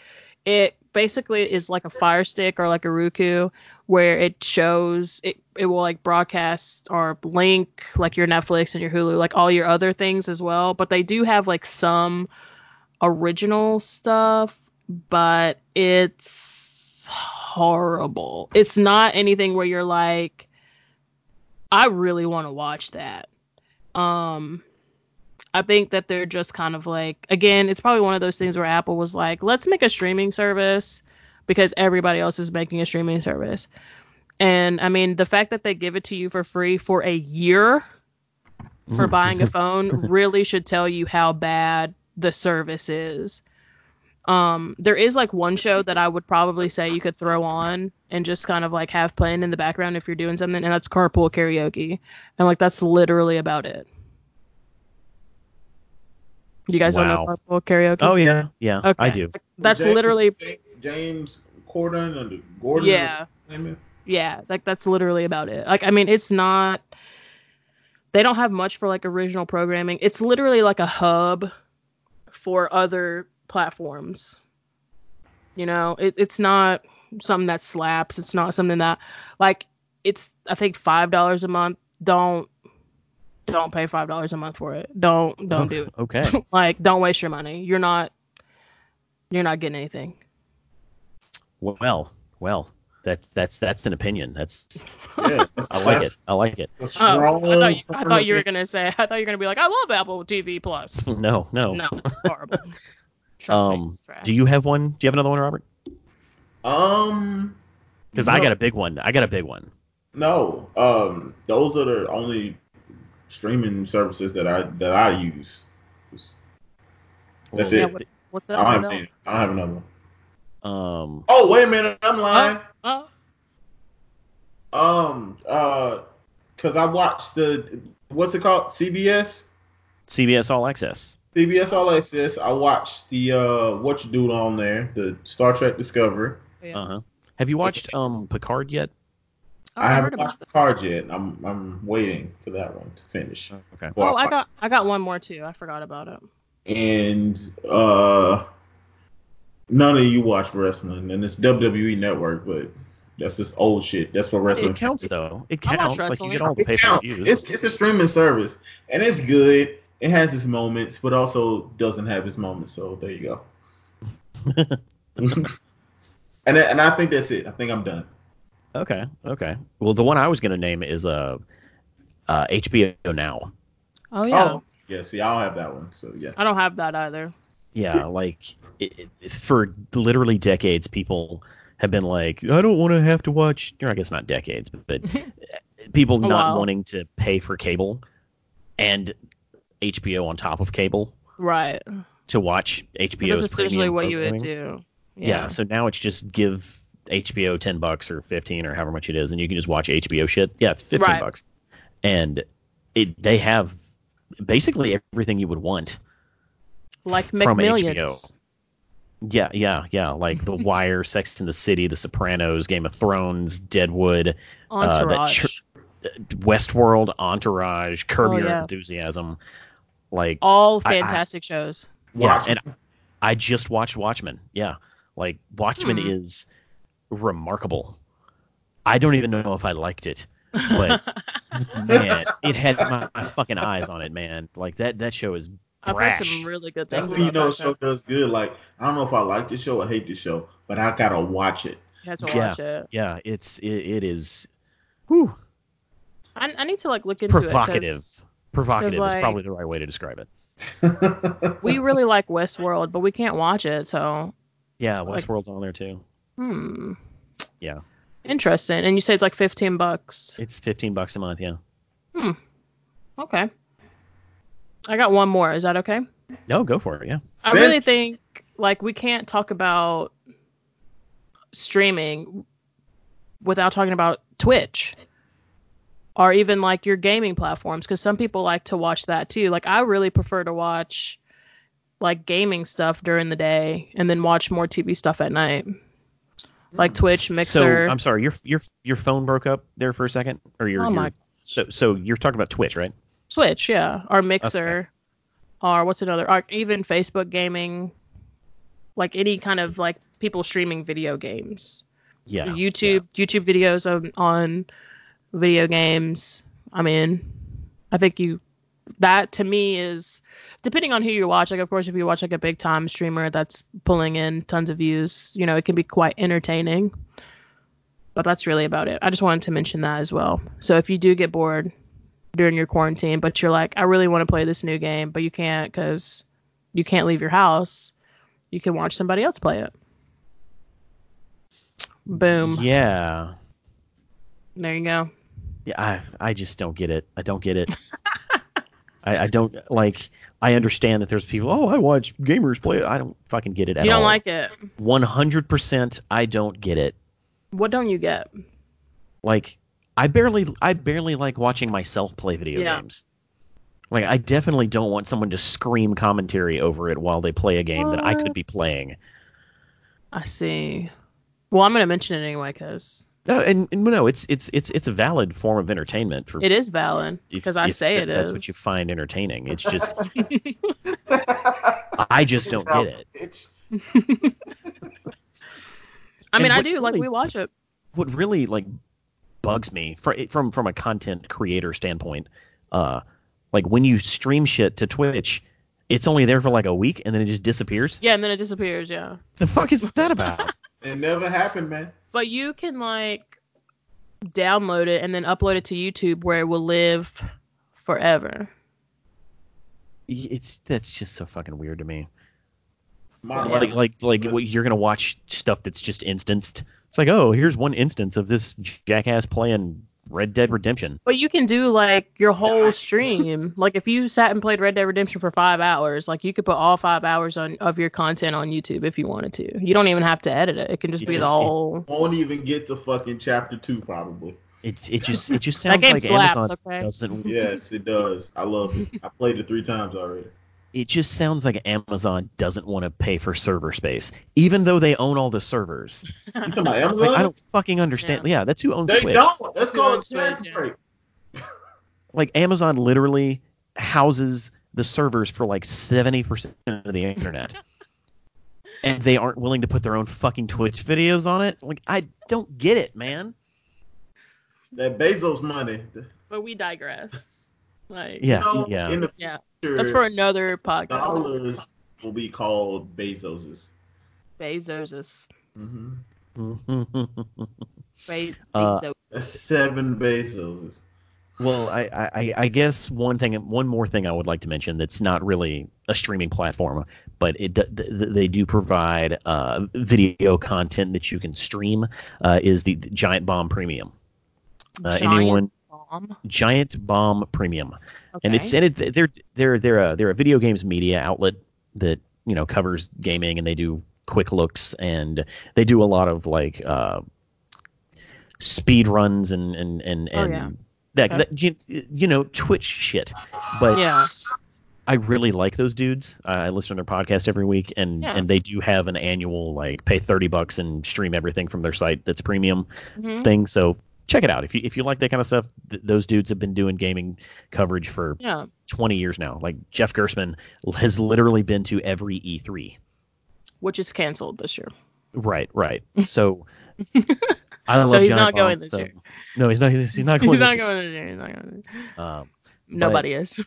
it basically is like a Fire Stick or like a Roku, where it shows it it will like broadcast or link like your Netflix and your Hulu, like all your other things as well. But they do have like some original stuff, but it's horrible. It's not anything where you're like, I really want to watch that. Um, I think that they're just kind of like, again, it's probably one of those things where Apple was like, let's make a streaming service because everybody else is making a streaming service. And I mean, the fact that they give it to you for free for a year
Mm-hmm. Hmm.
for buying a phone really should tell you how bad the service is. Um, there is like one show that I would probably say you could throw on and just kind of like have playing in the background if you're doing something, and that's carpool karaoke. And like that's literally about it. You guys don't know
Wow.
carpool karaoke?
Oh yeah, yeah, I
Okay.
do.
that's
James-
literally
James Corden and Gordon.
yeah.
Amen.
yeah like that's literally about it like i mean it's not they don't have much for like original programming it's literally like a hub for other platforms you know it, it's not something that slaps it's not something that like it's i think five dollars a month don't don't pay five dollars a month for it don't don't do it
Okay.
like don't waste your money you're not you're not getting anything
Well, well, that's that's that's an opinion. That's
Yeah, that's-
I like it.
that's
I like it.
oh,
a
I,
strong
thought you, I
form
thought
of
you were gonna say i thought you were gonna be like i love apple tv plus
No, no.
No, it's horrible. Trust me,
um,
it's trash.
do you have one? Do you have another one, Robert?
Um,
Because I
no.
got a big one. I got a big one.
no. Um, those are the only streaming services that I that I use. That's
Well,
yeah,
it.
what, what's
I
up?
don't, have,
What
any- I don't have another one.
Um,
Oh wait a minute, I'm lying.
else?
Um, uh, cause I watched the what's it called CBS
CBS All Access.
CBS All Access. I watched the uh what you do on there, the Star Trek Discovery.
Oh, yeah.
Uh huh. Have you watched um Picard yet?
Oh,
I
heard
haven't
about
watched
that.
Picard yet. I'm I'm waiting for that one to finish.
Okay.
before
Oh, I
watch
got I got one more too. I forgot about it.
and uh none of you watch wrestling and it's WWE network, but that's just old shit. That's what wrestling
It counts though. It
I watch
counts. Like you
wrestling.
get all the
It
pay per
counts.
views.
It's it's a streaming service and it's good. It has its moments, but also doesn't have its moments. So there you go. and I- and I think that's it. I think I'm done.
Okay. Okay. Well, the one I was gonna name is uh, uh HBO Now.
Oh yeah,
Oh yeah, see, I don't have that one. So yeah.
I don't have that either.
Yeah, like it, it, for literally decades, people have been like, I don't want to have to watch. Or I guess not decades, but, but people
A
not
while.
wanting to pay for cable and HBO on top of cable
Right,
to watch HBO.
that's essentially what you would do.
Yeah. so now it's just give HBO ten bucks or fifteen or however much it is, and you can just watch HBO shit. Yeah, it's fifteen
Right.
bucks, and it they have basically everything you would want.
like
From
McMillions.
Yeah, yeah, yeah. Like The Wire, Sex in the City, The Sopranos, Game of Thrones, Deadwood, Uh, that
Entourage.
chur- Westworld, Entourage, Curb
Oh,
Your
yeah.
Enthusiasm. Like,
All
I- I-
fantastic shows.
yeah,
Watch.
and I just watched Watchmen. Yeah, like Watchmen
Hmm.
is remarkable. I don't even know if I liked it, but man, it had my, my fucking eyes on it, man. Like that that show is
I've heard
brash.
some really good
That's
things.
when you
about
know a
that
show
show.
does good. Like I don't know if I like the show or hate the show, but I gotta watch it.
You have to
Yeah.
watch it.
yeah, it's it, it is
I, I need to like look into
provocative. provocative
like-
is probably the right way to describe it.
it. 'cause We really like Westworld, but we can't watch it. So
Yeah,
Like-
Westworld's on there too.
hmm.
Yeah.
Interesting. And you say it's like fifteen bucks.
It's fifteen bucks a month. Yeah.
Okay. I got one more. Is that okay?
No, go for it. Yeah.
I
Fifth?
really think like we can't talk about streaming without talking about Twitch or even like your gaming platforms because some people like to watch that too. Like I really prefer to watch like gaming stuff during the day and then watch more TV stuff at night. Like Twitch, Mixer.
So I'm sorry, your your your phone broke up there for a second, or your,
Oh
your
my
so so you're talking about Twitch, right?
Switch, yeah, or Mixer, or what's another, or even Facebook gaming, like any kind of like people streaming video games,
Yeah,
YouTube, YouTube videos on, on video games. I mean, I think you that to me is depending on who you watch. Like, of course, if you watch like a big time streamer that's pulling in tons of views, you know, it can be quite entertaining. But that's really about it. I just wanted to mention that as well. So if you do get bored, during your quarantine, but you're like, I really want to play this new game, but you can't because you can't leave your house. You can watch somebody else play it. Boom.
Yeah,
There you go.
yeah. I I just don't get it. I don't get it. I, I don't like. I understand that there's people. Oh, I watch gamers play. it." I don't fucking get it at
you don't
all.
like it.
one hundred percent. I don't get it.
What don't you get?
Like I barely I barely like watching myself play video
Yeah.
games. Like I definitely don't want someone to scream commentary over it while they play a game that I could be playing.
I see. Well, I'm going to mention it anyway because
No, Uh, and, and no, it's it's it's it's a valid form of entertainment for
it is valid
if-
because I
if
say it
that-
is.
That's what you find entertaining. It's just I just don't get it.
Bitch.
I mean,
and
I
what
do. Like,
really-
we watch it.
What really like bugs me fr- from from a content creator standpoint, uh, like when you stream shit to Twitch, it's only there for like a week and then it just disappears.
Yeah, and then it disappears. Yeah.
The fuck is that about?
It never happened, man.
But you can like download it and then upload it to YouTube where it will live forever.
it's that's just so fucking weird to me.
My
Yeah.
Like like like what, you're gonna watch stuff that's just instanced. It's like oh here's one instance of this jackass playing Red Dead Redemption.
But you can do like your whole stream. like if you sat and played Red Dead Redemption for five hours, like you could put all five hours on of your content on YouTube if you wanted to. You don't even have to edit it. It can just
You
be the
just-
whole.
won't even get to fucking chapter two, probably.
It it just it just
That
sounds
game
like
slaps.
Amazon
okay.
doesn't.
Yes, it does. I love it. I played it three times already.
It just sounds like Amazon doesn't want to pay for server space, even though they own all the servers.
You talking about
Like,
Amazon?
I don't fucking understand. Yeah, that's who owns
they
Twitch.
don't. That's
Who
called
owns
a tax
Twitch, yeah.
break.
Like Amazon literally houses the servers for like seventy percent of the internet, and they aren't willing to put their own fucking Twitch videos on it. Like I don't get it, man.
That Bezos money.
But we digress. Like
Yeah,
You know,
yeah.
In the
Yeah.
future,
that's for another podcast.
dollars will be called Bezos's.
Bezos is
hmm Mm-hmm.
Be-
Uh,
Bezos.
That's seven Bezos's.
Well, I, I- I, I guess one thing, one more thing I would like to mention that's not really a streaming platform, but it d- th- th- they do provide uh, video content that you can stream. Uh, is the, the Giant Bomb Premium? Uh,
Giant
anyone?
bomb.
Giant Bomb Premium, and
Okay.
it's and it, they're they're they're a, they're a video games media outlet that you know covers gaming, and they do quick looks, and they do a lot of like uh, speed runs and and and
Oh,
and
yeah.
that,
Okay.
that you, you know Twitch shit. But
yeah.
I really like those dudes. Uh, I listen to their podcast every week, and
Yeah.
and they do have an annual like pay thirty bucks and stream everything from their site that's premium
Mhm.
thing. So check it out if you if you like that kind of stuff. Th- those dudes have been doing gaming coverage for
Yeah.
20 years now. Like Jeff Gersman has literally been to every E E3.
Which is canceled this year.
Right, right. So I love
So he's
Giant
not
Bomb,
going this
so-
year.
No, he's not. He's, he's not going.
He's
this
not
year.
going this year. He's not going. this year.
Um,
Nobody is.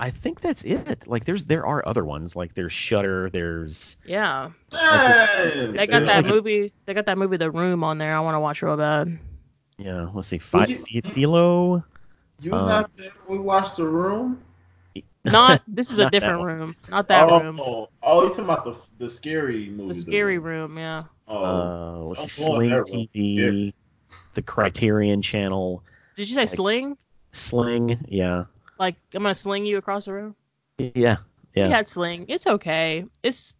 I think that's it. Like there's there are other ones. Like there's Shutter. There's
Yeah.
Damn,
They got
There's
that
like a-
movie. They got that movie, The Room, on there. I want to watch real bad.
yeah. Let's see.
Well,
Fi-
you-
Philo.
You was
Uh,
not there. when We watched the room.
Not this is a
Not that
different
one.
room. Not that
oh,
room.
oh, oh, you talking about the the scary movie?
The scary
room.
room. Yeah.
Oh,
Uh, let's see.
I'm going
Sling
there, bro.
TV. The Criterion Channel.
Did you say
Like-
sling?
Sling. Yeah.
Like I'm gonna sling you across the room.
Yeah.
Yeah.
Yeah.
it's sling. It's okay. It's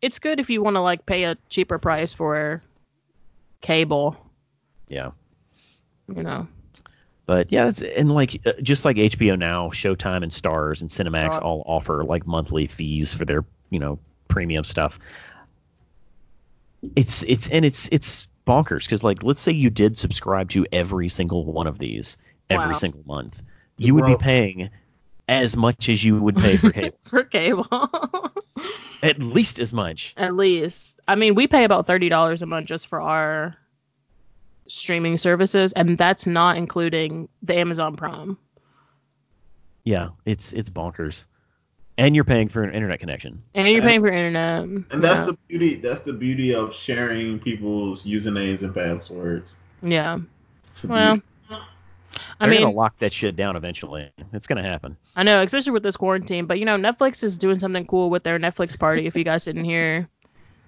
it's good if you want to like pay a cheaper price for cable,
Yeah.
you know.
But yeah, it's, and like uh, just like HBO Now, Showtime, and Stars and Cinemax
Right.
all offer like monthly fees for their you know premium stuff. It's it's and it's it's bonkers because like let's say you did subscribe to every single one of these every
Wow.
single month, you would be
Bro.
paying as much as you would pay for cable,
For cable.
at least as much.
At least. I mean, we pay about $30 a month just for our streaming services, and that's not including the Amazon Prime.
Yeah, it's it's bonkers, and you're paying for an internet connection.
And you're
And-
paying for internet.
And that's the beauty. That's the beauty of sharing people's usernames and passwords.
the. Yeah.
It's the
Well,
beauty.
I
They're
mean,
gonna lock that shit down eventually. It's gonna happen.
I know, especially with this quarantine, but you know, Netflix is doing something cool with their Netflix party if you guys didn't hear.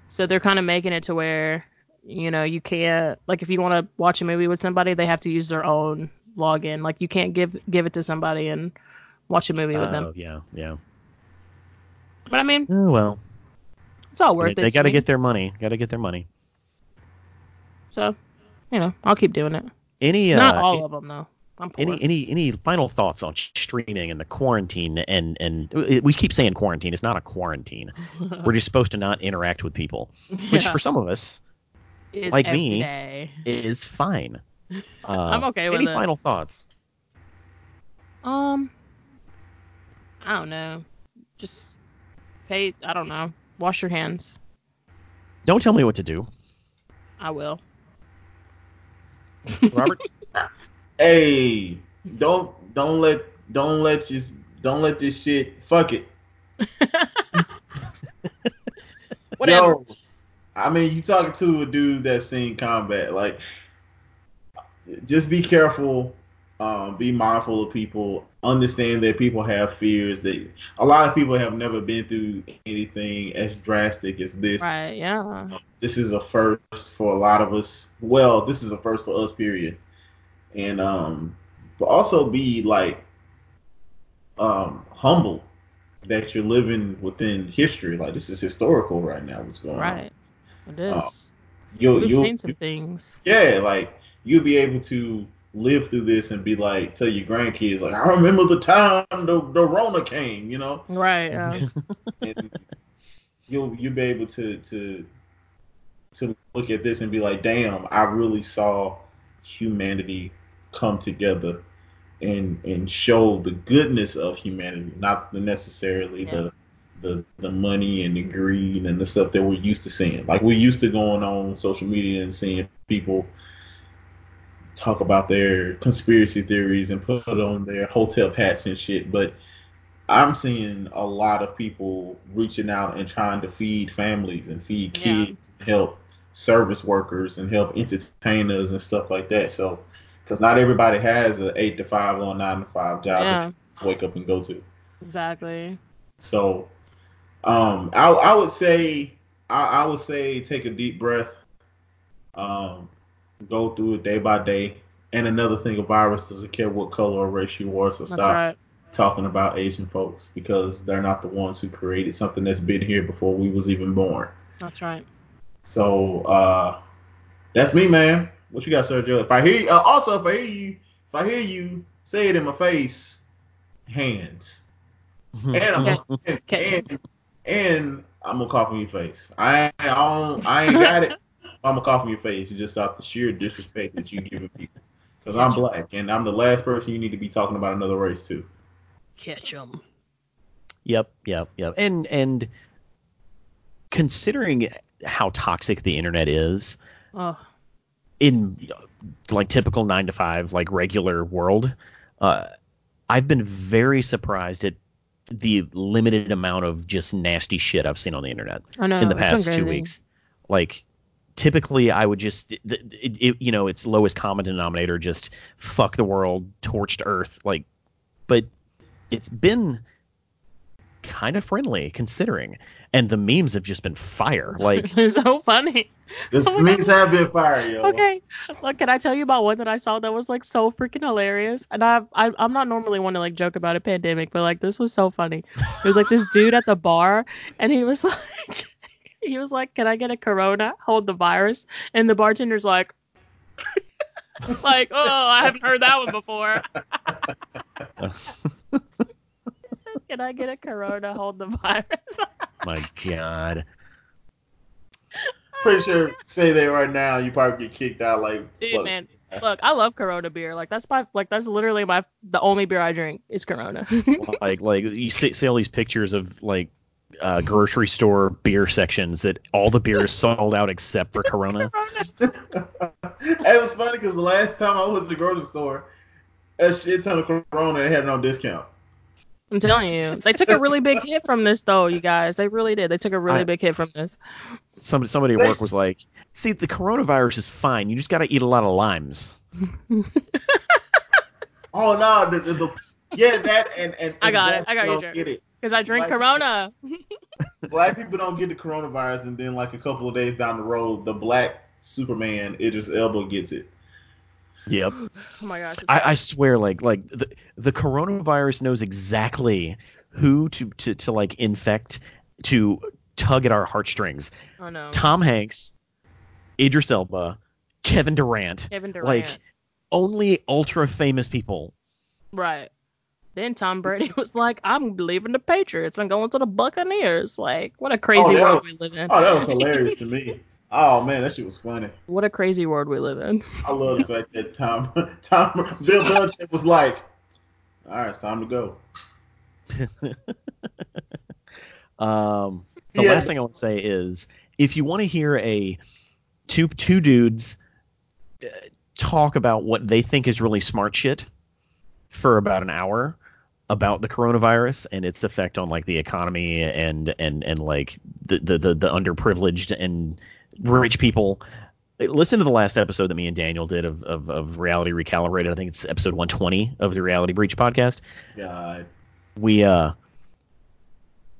So they're kind of making it to where, you know, you can't like if you want to watch a movie with somebody, they have to use their own login. Like you can't give give it to somebody and watch a movie with them.
Oh, yeah, yeah.
But I mean,
Oh well.
it's all worth
they,
it.
got to
me.
get their money. Got to get their money.
so, you know, I'll keep doing it.
Any uh,
Not all of them though. I'm poor.
any any any final thoughts on streaming and the quarantine and and uh, we keep saying quarantine. It's not a quarantine. We're just supposed to not interact with people, which
Yeah.
for some of us
It's
like
every
me,
day.
is fine. Uh,
I'm okay with
any
it.
final thoughts?
Um, I don't know. Just pay. I don't know. Wash your hands.
Don't tell me what to do,
I will.
Robert.
Hey, don't don't let don't let just don't let this shit fuck it.
Whatever.
Yo, I mean, you talking to a dude that's seen combat. Like, just be careful. Um, be mindful of people. Understand that people have fears. That a lot of people have never been through anything as drastic as this.
Right. Yeah.
This is a first for a lot of us. Well, this is a first for us, period. And um, but also be like um humble that you're living within history. Like this is historical right now. What's going on?
Right. It
uh,
is.
you'll,
We've
you'll
seen some things.
yeah like you'll be able to live through this and be like tell your grandkids like i remember the time the, the rona came you know
Right. um, Yeah.
and you'll you'll be able to to to look at this and be like damn i really saw humanity come together and and show the goodness of humanity not the necessarily the the, the money and the greed and the stuff that we're used to seeing. Like we're used to going on social media and seeing people talk about their conspiracy theories and put on their hotel hats and shit. But I'm seeing a lot of people reaching out and trying to feed families and feed
Yeah.
kids, help service workers and help entertainers and stuff like that. So, because not everybody has a eight to five or a nine to five job
yeah.
to wake up and go to.
Exactly.
So, um, I, I would say I, I would say take a deep breath, um, go through it day by day. And another thing, a virus doesn't care what color or race you are, so
That's
stop
right.
talking about Asian folks because they're not the ones who created something that's been here before we was even born.
That's right.
So uh, that's me, man. What you got, Sergio? If I hear you, uh, also if I hear you, if I hear you say it in my face, hands
Mm-hmm.
and I'm and,
Catch
and, and I'm gonna cough in your face. I I don't I ain't got it. I'm gonna cough in your face just out the sheer disrespect that you giving people. Because I'm black and I'm the last person you need to be talking about another race to.
Catch them.
Yep, yep, yep. And and considering how toxic the internet is
Oh.
in uh, like typical 9 to 5 like regular world, uh I've been very surprised at the limited amount of just nasty shit I've seen on the internet
I know.
in the
it's Oh, been
past
crazy.
2 weeks. Like typically I would just it, it, it, you know, it's lowest common denominator just fuck the world, torched earth like but it's been kind of friendly considering and the memes have just been fire like
it's so funny.
The
Oh my
memes have been fired, yo.
Okay. Look, can I tell you about one that I saw that was like so freaking hilarious? And I, I I'm not normally one to like joke about a pandemic, but like this was so funny. It was like this dude at the bar, and he was like, He was like, "Can I get a Corona? Hold the virus." And the bartender's like, "Like, oh, I haven't heard that one before." He said, Can I get a Corona? Hold the virus.
My God.
Pretty sure say that right now, you probably get kicked out. Like,
Dude,
fuck.
man, look, I love Corona beer. Like that's my like that's literally my the only beer I drink is Corona.
Like, like you see, see all these pictures of like uh, grocery store beer sections that all the beer is sold out except for Corona.
it was funny because the last time I was at the grocery store, a shit ton of Corona and had no discount.
I'm telling you, they took a really big hit from this, though, you guys. They really did. They took a really
I-
big hit from this.
Somebody, somebody at
They-
work was like, "See, the coronavirus is fine. You just got to eat a lot of limes."
Oh no, the, the, the yeah that and and,
I
and
got
black
it. I got you,
people don't
Jared.
Get it.
Because I drink
Like-
Corona.
Black people don't get the coronavirus, and then like a couple of days down the road, the black Superman Idris Elba gets it.
Yep.
Oh my gosh. it's-
I, I swear, like like the the coronavirus knows exactly who to to, to like infect to tug at our heartstrings.
oh no.
Tom Hanks, Idris Elba, Kevin Durant,
Kevin Durant.
like only ultra famous people.
right. Then Tom Brady was like, I'm leaving the Patriots. I'm going to the Buccaneers. Like, what a crazy
that
world
was-
we live in.
Oh, that was hilarious to me. Oh man, that shit was funny.
What a crazy world we live in.
I love the fact that Tom Tom Bill Belichick was like, "All right, it's time to go."
Um, the
Yeah.
last thing I want to say is if you want to hear a two two dudes uh, talk about what they think is really smart shit for about an hour about the coronavirus and its effect on like the economy and and and like the the the, the underprivileged and rich people uh, listen to the last episode that me and daniel did of, of of reality recalibrated i think it's episode 120 of the reality breach podcast
God,
we uh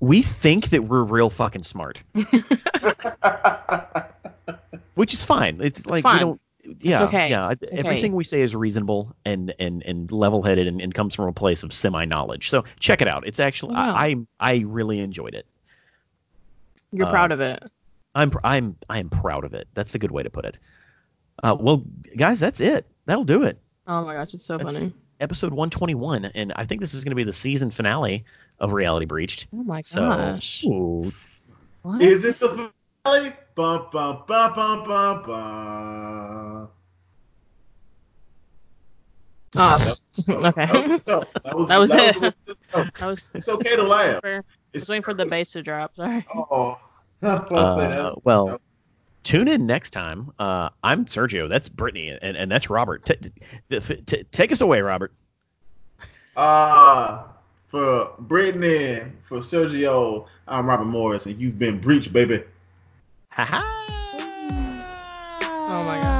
we think that we're real fucking smart which is fine it's, like
fine.
we don't yeah
okay.
yeah
It's okay.
everything we say is reasonable and and and level-headed and, and comes from a place of semi-knowledge so check it out it's actually I, I i really enjoyed it
You're
Uh,
proud of it.
i'm pr- i'm i am proud of it that's a good way to put it uh well guys that's it that'll do it
Oh my gosh, it's so
that's
funny.
episode 121 and i think this is going to be the season finale of reality breached
Oh my
so
gosh.
Ooh,
What?
is this the finale? Bum bum bum bum bum bum.
Oh, okay.
That was, no, that was,
That was it. I was
it's okay to laugh.
for, I was
It's
waiting for the bass to drop. Sorry.
Oh, I was gonna say that.
Uh, well, tune in next time. Uh, I'm Sergio. That's Brittany, and, and that's Robert. T- t- t- take us away, Robert.
Uh, for Brittany, for Sergio, I'm Robert Morris, and you've been breached, baby.
Ha ha.
Oh my god.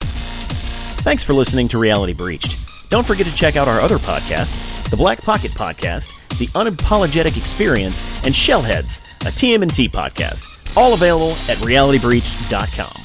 Thanks for listening to Reality Breached. Don't forget to check out our other podcasts the Black Pocket Podcast, The Unapologetic Experience, and Shellheads, a TMNT podcast. All available at realitybreach.com.